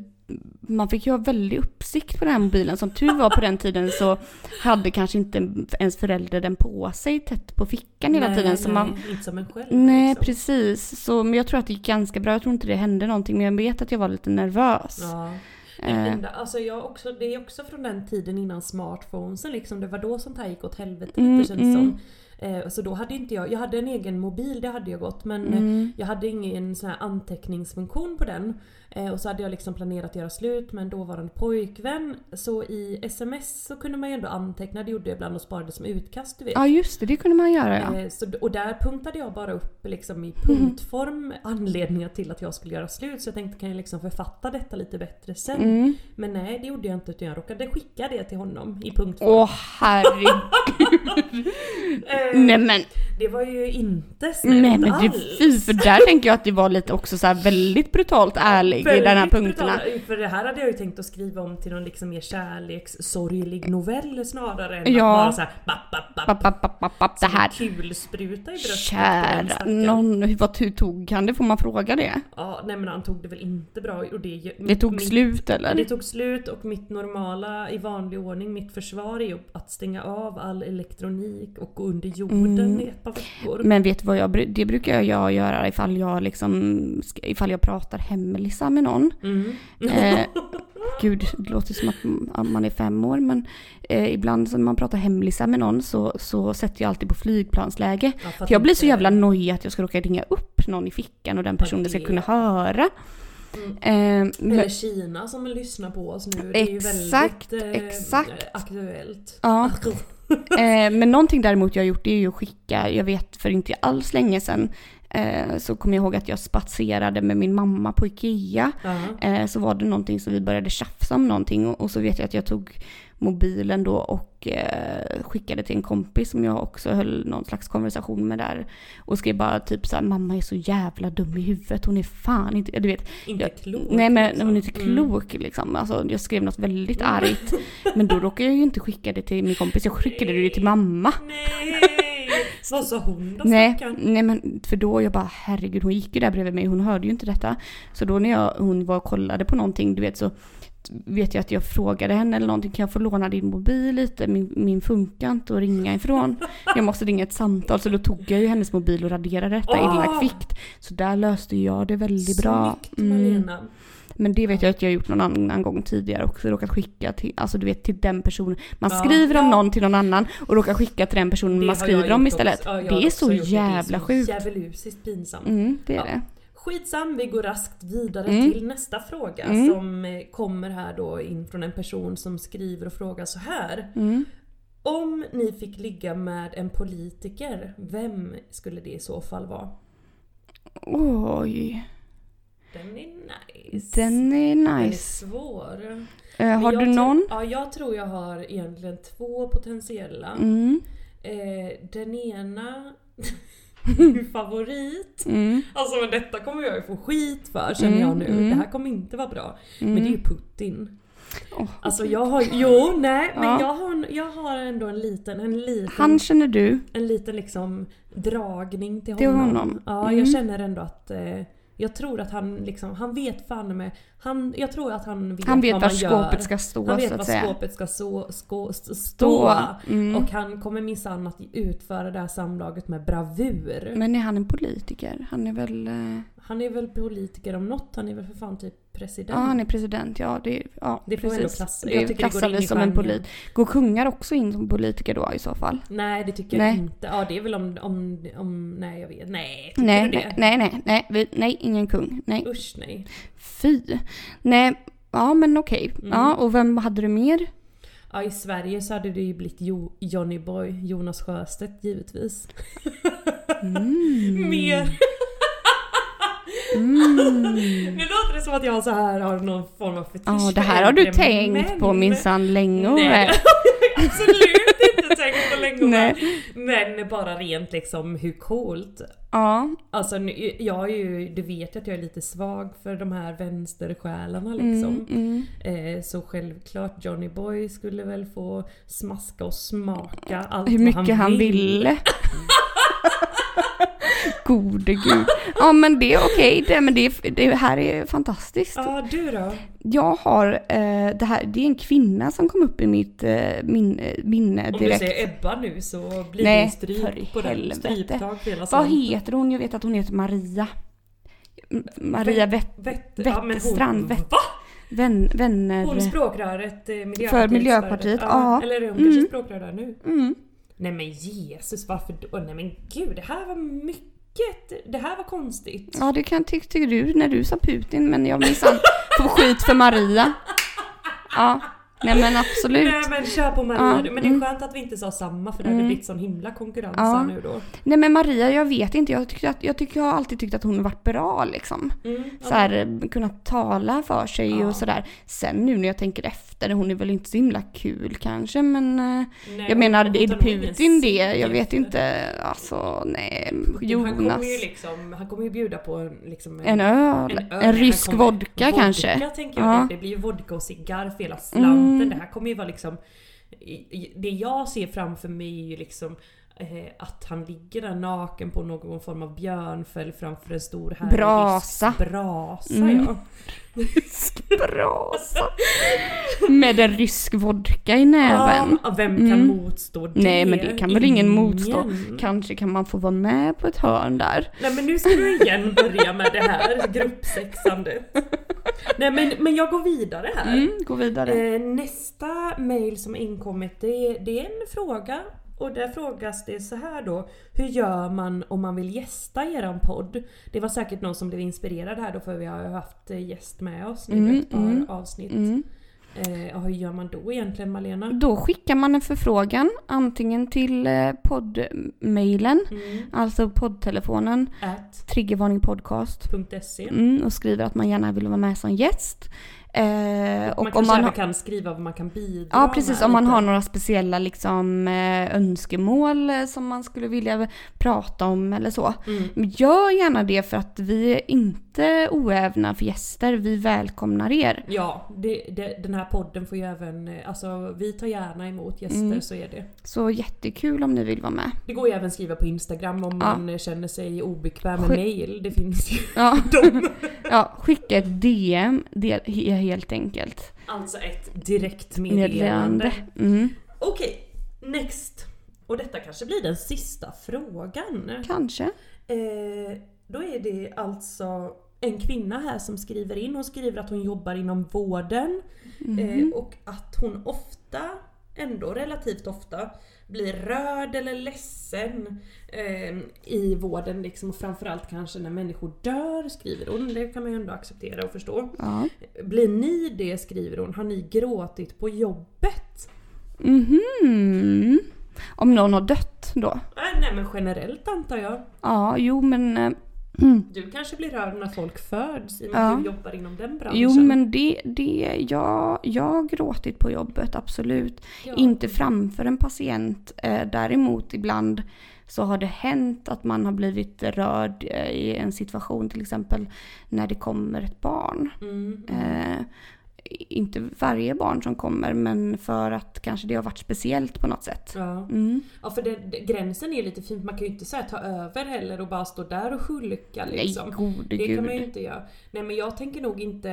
Speaker 2: man fick ju ha väldig uppsikt på den här mobilen. Som tur var på den tiden så hade kanske inte ens förälder den på sig tätt på fickan hela
Speaker 1: Nej,
Speaker 2: tiden. Så
Speaker 1: nej,
Speaker 2: man,
Speaker 1: Inte som en själv
Speaker 2: nej
Speaker 1: liksom.
Speaker 2: precis. Så, men jag tror att det gick ganska bra. Jag tror inte det hände någonting men jag vet att jag var lite nervös.
Speaker 1: Ja. Den
Speaker 2: Eh,
Speaker 1: enda- Alltså jag också, det är också från den tiden innan smartphonesen liksom. Det var då sånt här gick åt helvete
Speaker 2: Mm,
Speaker 1: lite känns
Speaker 2: mm.
Speaker 1: som. Eh, så då hade inte jag, jag hade en egen mobil, det hade jag gått men eh,
Speaker 2: Mm.
Speaker 1: jag hade ingen sån här anteckningsfunktion på den. Eh, och så hade jag liksom planerat att göra slut med en dåvarande pojkvän. Så i sms så kunde man ju ändå anteckna, det gjorde jag ibland och sparade som utkast du vet.
Speaker 2: Ja just det, det kunde man göra ja.
Speaker 1: Eh, Så, och där punktade jag bara upp liksom i punktform *laughs* anledningar till att jag skulle göra slut. Så jag tänkte kan jag liksom författa detta lite bättre sen.
Speaker 2: Mm.
Speaker 1: Men nej det gjorde jag inte utan jag råkade skicka det till honom i punktform.
Speaker 2: Åh
Speaker 1: *laughs*
Speaker 2: herregud.
Speaker 1: Eh,
Speaker 2: Nej men,
Speaker 1: det var ju inte snällt
Speaker 2: nej, men det,
Speaker 1: alls.
Speaker 2: fy, för där tänker jag att det var lite också så här väldigt brutalt ärlig i den här
Speaker 1: Väldigt
Speaker 2: punkterna.
Speaker 1: brutala- *laughs* För det här hade jag ju tänkt att skriva om till någon liksom mer kärlekssorglig novell snarare än
Speaker 2: Ja.
Speaker 1: att bara såhär bapp bapp bapp.
Speaker 2: Papp, papp, papp, papp, papp, det här.
Speaker 1: typ Kulspruta i bröstet på den
Speaker 2: Kära
Speaker 1: stackaren.
Speaker 2: någon, hur, vad, hur tog han det? Får man fråga det?
Speaker 1: Ja, nej men han tog det väl inte bra och det...
Speaker 2: Det tog
Speaker 1: mitt-
Speaker 2: slut
Speaker 1: Det
Speaker 2: eller?
Speaker 1: tog slut och mitt normala, i vanlig ordning, mitt försvar är ju att stänga av all elektronik och gå under jorden
Speaker 2: Mm.
Speaker 1: i ett par veckor.
Speaker 2: Men vet du vad jag, bru- det brukar jag göra ifall jag liksom, ska- ifall jag pratar hemlisar med någon.
Speaker 1: Mm.
Speaker 2: Eh, gud, det låter som att m- man är fem år men eh, ibland så när man pratar hemlisar med någon så, så sätter jag alltid på flygplansläge.
Speaker 1: Ja,
Speaker 2: För
Speaker 1: att
Speaker 2: jag blir så
Speaker 1: inte-
Speaker 2: jävla nojig att jag ska råka ringa upp någon i fickan och den personen ska
Speaker 1: det-
Speaker 2: kunna höra. Eh, men,
Speaker 1: Eller Kina som lyssnar på oss nu.
Speaker 2: Exakt,
Speaker 1: det är ju väldigt eh,
Speaker 2: exakt.
Speaker 1: aktuellt.
Speaker 2: ja, *laughs* eh, men någonting däremot jag har gjort det är ju att skicka, jag vet för inte alls länge sedan, eh, så kommer jag ihåg att jag spatserade med min mamma på Ikea.
Speaker 1: Ja.
Speaker 2: Eh, så var det någonting som vi började tjafsa om någonting och, och så vet jag att jag tog mobilen då och eh, skickade till en kompis som jag också höll någon slags konversation med där. Och skrev bara typ såhär, mamma är så jävla dum i huvudet, hon är fan inte, du vet.
Speaker 1: Inte
Speaker 2: jag,
Speaker 1: klok.
Speaker 2: Nej men
Speaker 1: liksom.
Speaker 2: hon är inte
Speaker 1: Mm.
Speaker 2: klok liksom. Alltså jag skrev något väldigt argt. Men då råkade jag ju inte skicka det till min kompis, jag skickade det till mamma.
Speaker 1: Nej! *laughs* Vad sa hon då
Speaker 2: Nej,
Speaker 1: stackarn?
Speaker 2: nej men för då jag bara herregud hon gick ju där bredvid mig, hon hörde ju inte detta. Så då när jag, hon var och kollade på någonting du vet så vet jag att jag frågade henne eller någonting, kan jag få låna din mobil lite? Min, min funkar inte att ringa ifrån. Jag måste ringa ett samtal så då tog jag ju hennes mobil och raderade detta
Speaker 1: Åh!
Speaker 2: illa kvickt. Så där löste jag det väldigt bra.
Speaker 1: Snyggt
Speaker 2: Mm.
Speaker 1: Malena.
Speaker 2: Men det vet jag att jag har gjort någon annan gång tidigare också, råkat skicka till, alltså du vet till den personen. Man
Speaker 1: Ja.
Speaker 2: skriver om någon till någon annan och råkar skicka till den personen
Speaker 1: Det har
Speaker 2: man skriver
Speaker 1: jag
Speaker 2: om
Speaker 1: gjort
Speaker 2: istället.
Speaker 1: också. Ja, jag har
Speaker 2: det är
Speaker 1: också
Speaker 2: så
Speaker 1: gjort det.
Speaker 2: jävla sjukt.
Speaker 1: Det är så djävulusiskt pinsamt.
Speaker 2: Mm, det är
Speaker 1: Ja.
Speaker 2: det.
Speaker 1: Skitsam, vi går raskt vidare
Speaker 2: Mm.
Speaker 1: till nästa fråga
Speaker 2: Mm.
Speaker 1: som eh, kommer här då in från en person som skriver och frågar så här.
Speaker 2: Mm.
Speaker 1: Om ni fick ligga med en politiker, vem skulle det i så fall vara?
Speaker 2: Oj,
Speaker 1: Den är nice.
Speaker 2: den är
Speaker 1: Den är
Speaker 2: nice.
Speaker 1: svår.
Speaker 2: Eh, har
Speaker 1: Men
Speaker 2: du
Speaker 1: jag tror-
Speaker 2: någon?
Speaker 1: Ja, jag tror jag har egentligen två potentiella.
Speaker 2: Mm,
Speaker 1: Eh, den ena, *laughs* min favorit.
Speaker 2: mm,
Speaker 1: Alltså men detta kommer jag ju få skit för känner
Speaker 2: Mm,
Speaker 1: jag nu.
Speaker 2: mm.
Speaker 1: Det här kommer inte vara bra.
Speaker 2: mm.
Speaker 1: Men det är ju Putin.
Speaker 2: Åh,
Speaker 1: Alltså jag har, jo nej men
Speaker 2: Ja.
Speaker 1: jag, har, jag har ändå en liten, en liten,
Speaker 2: Han känner du?
Speaker 1: en liten liksom dragning till
Speaker 2: Till
Speaker 1: honom.
Speaker 2: honom.
Speaker 1: Ja
Speaker 2: Mm.
Speaker 1: jag känner ändå att eh, jag tror att han liksom, han vet fan med, han, jag tror att han vet,
Speaker 2: Han
Speaker 1: vad
Speaker 2: vet var
Speaker 1: man gör.
Speaker 2: skåpet ska stå
Speaker 1: Han vet
Speaker 2: så att
Speaker 1: var
Speaker 2: säga.
Speaker 1: skåpet ska så, skå, stå.
Speaker 2: Stå. Mm.
Speaker 1: Och han kommer minsann att utföra det här samlaget med bravur.
Speaker 2: Men är han en politiker? Han är väl... eh,
Speaker 1: Han är väl politiker om något, han är väl för fan typ president.
Speaker 2: Ja, han är president. Ja, det, ja,
Speaker 1: Det får ändå
Speaker 2: precis.
Speaker 1: klassa- jag
Speaker 2: Det
Speaker 1: tycker det går
Speaker 2: klassar
Speaker 1: in
Speaker 2: vi
Speaker 1: i
Speaker 2: som en
Speaker 1: genren.
Speaker 2: polit. Går kungar också in som politiker då i så fall?
Speaker 1: Nej det tycker
Speaker 2: Nej.
Speaker 1: jag inte. Ja det är väl om, om, om nej jag vet. Nej, tycker
Speaker 2: Nej,
Speaker 1: du det?
Speaker 2: nej, nej, nej, nej, vi, nej, ingen kung. Nej,
Speaker 1: Usch nej.
Speaker 2: fy. Nej, ja men okej.
Speaker 1: Mm.
Speaker 2: Ja, och vem hade du mer?
Speaker 1: Ja i Sverige så hade det ju blivit jo, Johnny Boy, Jonas Sjöstedt givetvis. *laughs*
Speaker 2: Mm.
Speaker 1: Mer. Nu låter det som att jag så här har någon form av fetisch
Speaker 2: Mm. Ja, det
Speaker 1: för
Speaker 2: här har du
Speaker 1: äldre
Speaker 2: tänkt
Speaker 1: män.
Speaker 2: på minsann länge och
Speaker 1: Nej,
Speaker 2: väl.
Speaker 1: absolut inte tänkt på länge och
Speaker 2: *laughs* Nej.
Speaker 1: väl. Men bara rent liksom hur coolt *laughs*
Speaker 2: Ja,
Speaker 1: Alltså nu, jag är ju, du vet ju att jag är lite svag för de här vänstersjälarna
Speaker 2: mm,
Speaker 1: liksom.
Speaker 2: mm.
Speaker 1: Eh, så självklart Johnny Boy skulle väl få smaska och smaka allt
Speaker 2: Hur
Speaker 1: vad
Speaker 2: mycket han
Speaker 1: vill. *laughs*
Speaker 2: ville. Gode gud. Ja men det är okej, det, men det, det här är fantastiskt.
Speaker 1: Ja, du då?
Speaker 2: Jag har, eh, det, här, det är en kvinna som kom upp i mitt eh, min, eh, minne
Speaker 1: Om
Speaker 2: direkt.
Speaker 1: du säger Ebba nu så blir
Speaker 2: Nej,
Speaker 1: det en
Speaker 2: för
Speaker 1: stryp på den.
Speaker 2: helvete.
Speaker 1: Stryptag på hela
Speaker 2: Vad
Speaker 1: slanten.
Speaker 2: heter hon? Jag vet att hon heter Maria. M- Maria Vett...
Speaker 1: Vett-
Speaker 2: Wetterstrand,
Speaker 1: Ja, men
Speaker 2: Vett-
Speaker 1: hon, va?
Speaker 2: Vän, vänner.
Speaker 1: Hon språkröret eh, Miljöpartiet.
Speaker 2: Miljöpartiet,
Speaker 1: ja.
Speaker 2: ja.
Speaker 1: Eller är hon
Speaker 2: Mm.
Speaker 1: kanske språkrör där nu?
Speaker 2: Mm.
Speaker 1: Nej men Jesus varför då? Nej men gud det här var mycket, det här var konstigt.
Speaker 2: Ja, det kan tyckte du när du sa Putin, men jag minsann får skit för Maria. Ja, nej men absolut.
Speaker 1: *laughs* Nej men kör på Maria
Speaker 2: Ja, mm.
Speaker 1: du. Men det är skönt att vi inte sa samma för det hade blivit sån himla konkurrens
Speaker 2: Ja.
Speaker 1: här nu då.
Speaker 2: Nej men Maria, jag vet inte. Jag, tyckte att, jag, tycker, jag har alltid tyckt att hon har varit bra liksom.
Speaker 1: Mm.
Speaker 2: Så här, eh, kunnat tala för sig och sådär. Sen nu när jag tänker efter, hon är väl inte så himla kul kanske men... eh,
Speaker 1: Nej,
Speaker 2: jag menar,
Speaker 1: hon
Speaker 2: är
Speaker 1: tar nog ingen
Speaker 2: Putin det?
Speaker 1: sik
Speaker 2: Jag vet
Speaker 1: efter.
Speaker 2: inte. Alltså nej,
Speaker 1: Han kommer
Speaker 2: Jonas.
Speaker 1: ju liksom, han kommer ju bjuda på en- liksom
Speaker 2: En öl? En,
Speaker 1: öl. Han
Speaker 2: rysk
Speaker 1: kommer-
Speaker 2: vodka, kanske?
Speaker 1: Vodka tänker jag.
Speaker 2: Ja. Mm.
Speaker 1: Det- Det blir ju vodka och cigarr för hela slanten. Det här kommer ju vara liksom... i- i- Det jag ser framför mig är ju liksom eh, att han ligger där naken på någon form av björnfäll framför en stor härlig
Speaker 2: Brasa. Mm.
Speaker 1: rysk Brasa ja.
Speaker 2: Rysk brasa. Med en rysk vodka i näven.
Speaker 1: Ja, vem kan
Speaker 2: Mm.
Speaker 1: motstå det?
Speaker 2: Nej men det kan väl ingen motstå.
Speaker 1: Ingen.
Speaker 2: Kanske kan man få vara med på ett hörn där.
Speaker 1: Nej men nu ska du igen börja med det här gruppsexandet. Nej men, men jag går vidare här.
Speaker 2: Mm, gå vidare.
Speaker 1: Eh, nästa mail som inkommit det är, det är en fråga. Och där frågas det så här då. Hur gör man om man vill gästa eran podd? Det var säkert någon som blev inspirerad här då för vi har ju haft eh, gäst med oss nu
Speaker 2: Mm,
Speaker 1: ett par
Speaker 2: mm,
Speaker 1: avsnitt.
Speaker 2: Mm.
Speaker 1: Eh, och hur gör man då egentligen Malena?
Speaker 2: Då skickar man en förfrågan antingen till eh, poddmailen,
Speaker 1: Mm.
Speaker 2: alltså poddtelefonen,
Speaker 1: At
Speaker 2: triggervarning podcast.
Speaker 1: .se.
Speaker 2: Mm, och skriver att man gärna vill vara med som gäst. Eh,
Speaker 1: Man
Speaker 2: och
Speaker 1: kanske
Speaker 2: om man
Speaker 1: även
Speaker 2: har,
Speaker 1: kan skriva vad man kan bidra
Speaker 2: ja, precis.
Speaker 1: med
Speaker 2: Om man
Speaker 1: lite.
Speaker 2: har några speciella liksom, eh, önskemål eh, som man skulle vilja prata om eller så.
Speaker 1: Mm.
Speaker 2: Men Gör gärna det för att vi är inte oävna för gäster. Vi välkomnar er.
Speaker 1: Ja, det, det, den här podden får ju även, eh, alltså vi tar gärna emot gäster
Speaker 2: Mm.
Speaker 1: så är det.
Speaker 2: Så jättekul om ni vill vara med.
Speaker 1: Det går ju även att skriva på Instagram om
Speaker 2: Ja.
Speaker 1: man eh, känner sig obekväm med
Speaker 2: Skick-
Speaker 1: mail. Det finns ju
Speaker 2: Ja,
Speaker 1: dem.
Speaker 2: *laughs* ja skicka ett DM del, he- helt enkelt.
Speaker 1: Alltså ett direktmeddelande.
Speaker 2: Meddelande. Mm,
Speaker 1: Okej, next. Och detta kanske blir den sista frågan.
Speaker 2: kanske.
Speaker 1: Eh, då är det alltså en kvinna här som skriver in. Hon skriver att hon jobbar inom vården
Speaker 2: Mhm.
Speaker 1: eh, och att hon ofta, ändå relativt ofta, blir rörd eller ledsen eh, i vården. Liksom, och framförallt kanske när människor dör, skriver hon. Det kan man ju ändå acceptera och förstå.
Speaker 2: Ja.
Speaker 1: Blir ni det, skriver hon. Har ni gråtit på jobbet?
Speaker 2: Mhm. Om någon har dött då?
Speaker 1: Äh, nej men generellt antar jag.
Speaker 2: Ja, jo men... eh,
Speaker 1: Du kanske blir rörd när folk föds i och med
Speaker 2: Ja.
Speaker 1: att du jobbar inom den branschen.
Speaker 2: Jo men det, det jag, jag har gråtit på jobbet, absolut.
Speaker 1: Ja.
Speaker 2: Inte framför en patient. Eh, däremot ibland så har det hänt att man har blivit rörd eh, i en situation till exempel när det kommer ett barn.
Speaker 1: Mm.
Speaker 2: Eh, inte varje barn som kommer men för att kanske det har varit speciellt på något sätt.
Speaker 1: Ja.
Speaker 2: Mm.
Speaker 1: ja, för det, det, gränsen är lite fin. Man kan ju inte så här, ta över heller och bara stå där och hulka liksom.
Speaker 2: Nej gode
Speaker 1: det kan man ju
Speaker 2: gud.
Speaker 1: inte göra. Nej men jag tänker nog inte...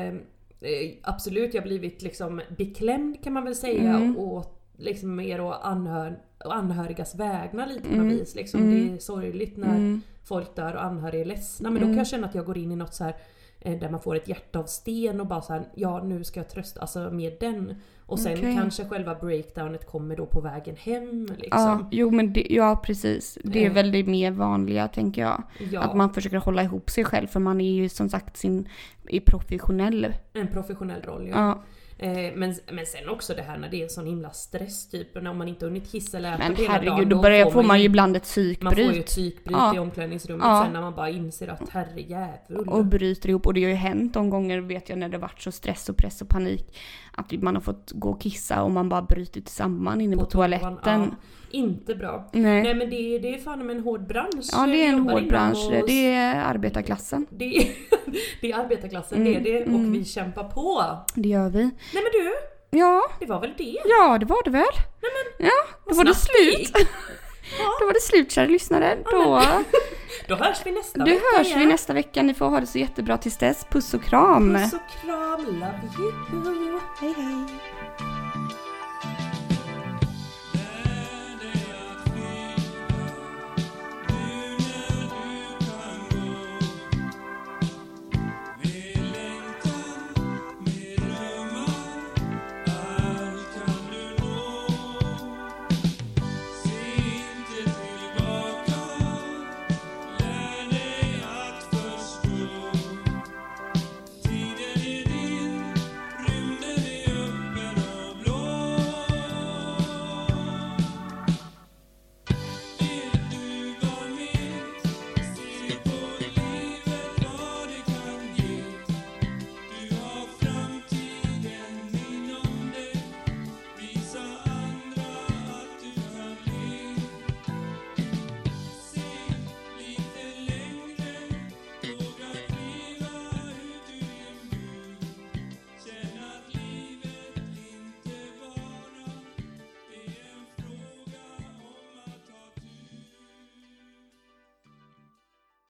Speaker 1: Eh, absolut, jag har blivit liksom beklämd kan man väl säga.
Speaker 2: Mm.
Speaker 1: Och liksom mer å anhör, å anhörigas vägnar lite på
Speaker 2: Mm.
Speaker 1: något vis. Liksom.
Speaker 2: Mm.
Speaker 1: Det är sorgligt när
Speaker 2: Mm.
Speaker 1: folk dör och anhöriga är ledsna. Men då kan jag känna att jag går in i något så här eh, där man får ett hjärta av sten och bara så här, ja nu ska jag trösta, alltså med den. Och sen
Speaker 2: Okej.
Speaker 1: kanske själva breakdownet kommer då på vägen hem
Speaker 2: Ja,
Speaker 1: liksom.
Speaker 2: jo men det, ja precis. Det är
Speaker 1: Eh.
Speaker 2: väl det mer vanliga tänker jag.
Speaker 1: Ja,
Speaker 2: Att man försöker hålla ihop sig själv för man är ju som sagt sin, är professionell.
Speaker 1: en professionell roll ja.
Speaker 2: Ja.
Speaker 1: Eh, men, men sen också det här när det är en sån himla stress typ, när man inte hunnit hissa eller äta
Speaker 2: Men
Speaker 1: på hela
Speaker 2: herregud,
Speaker 1: dagen,
Speaker 2: då börjar, får man ju
Speaker 1: ju
Speaker 2: ibland ett
Speaker 1: man får ju ett
Speaker 2: psykbryt.
Speaker 1: psykbryt
Speaker 2: Ja.
Speaker 1: i omklädningsrummet
Speaker 2: Ja.
Speaker 1: sen när man bara inser att herre jävul.
Speaker 2: Och bryter ihop och det har ju hänt de gånger vet jag när det varit så stress och press och panik. Att man har fått gå och kissa och man bara brutit samman inne på,
Speaker 1: toan,
Speaker 2: toaletten.
Speaker 1: ja. Inte bra.
Speaker 2: Nej.
Speaker 1: Nej men det, det är fan en hård bransch.
Speaker 2: ja det är
Speaker 1: jag
Speaker 2: en
Speaker 1: jobbar
Speaker 2: hård
Speaker 1: inom
Speaker 2: bransch.
Speaker 1: och-
Speaker 2: det. Det är arbetarklassen.
Speaker 1: Det *laughs* är, det är arbetarklassen,
Speaker 2: Mm,
Speaker 1: det är det. Och vi kämpar på.
Speaker 2: Det gör vi.
Speaker 1: Nej men du,
Speaker 2: Ja,
Speaker 1: det var väl det?
Speaker 2: ja det var det väl. ja, då var det
Speaker 1: snabbt det
Speaker 2: slut.
Speaker 1: gick.
Speaker 2: då var det slut kära lyssnare. Då,
Speaker 1: Då hörs vi nästa
Speaker 2: då
Speaker 1: vecka
Speaker 2: hörs vi
Speaker 1: igen.
Speaker 2: nästa vecka. Ni får ha det så jättebra tills dess. Puss och kram.
Speaker 1: Puss och kram, love you.
Speaker 2: Hej hej.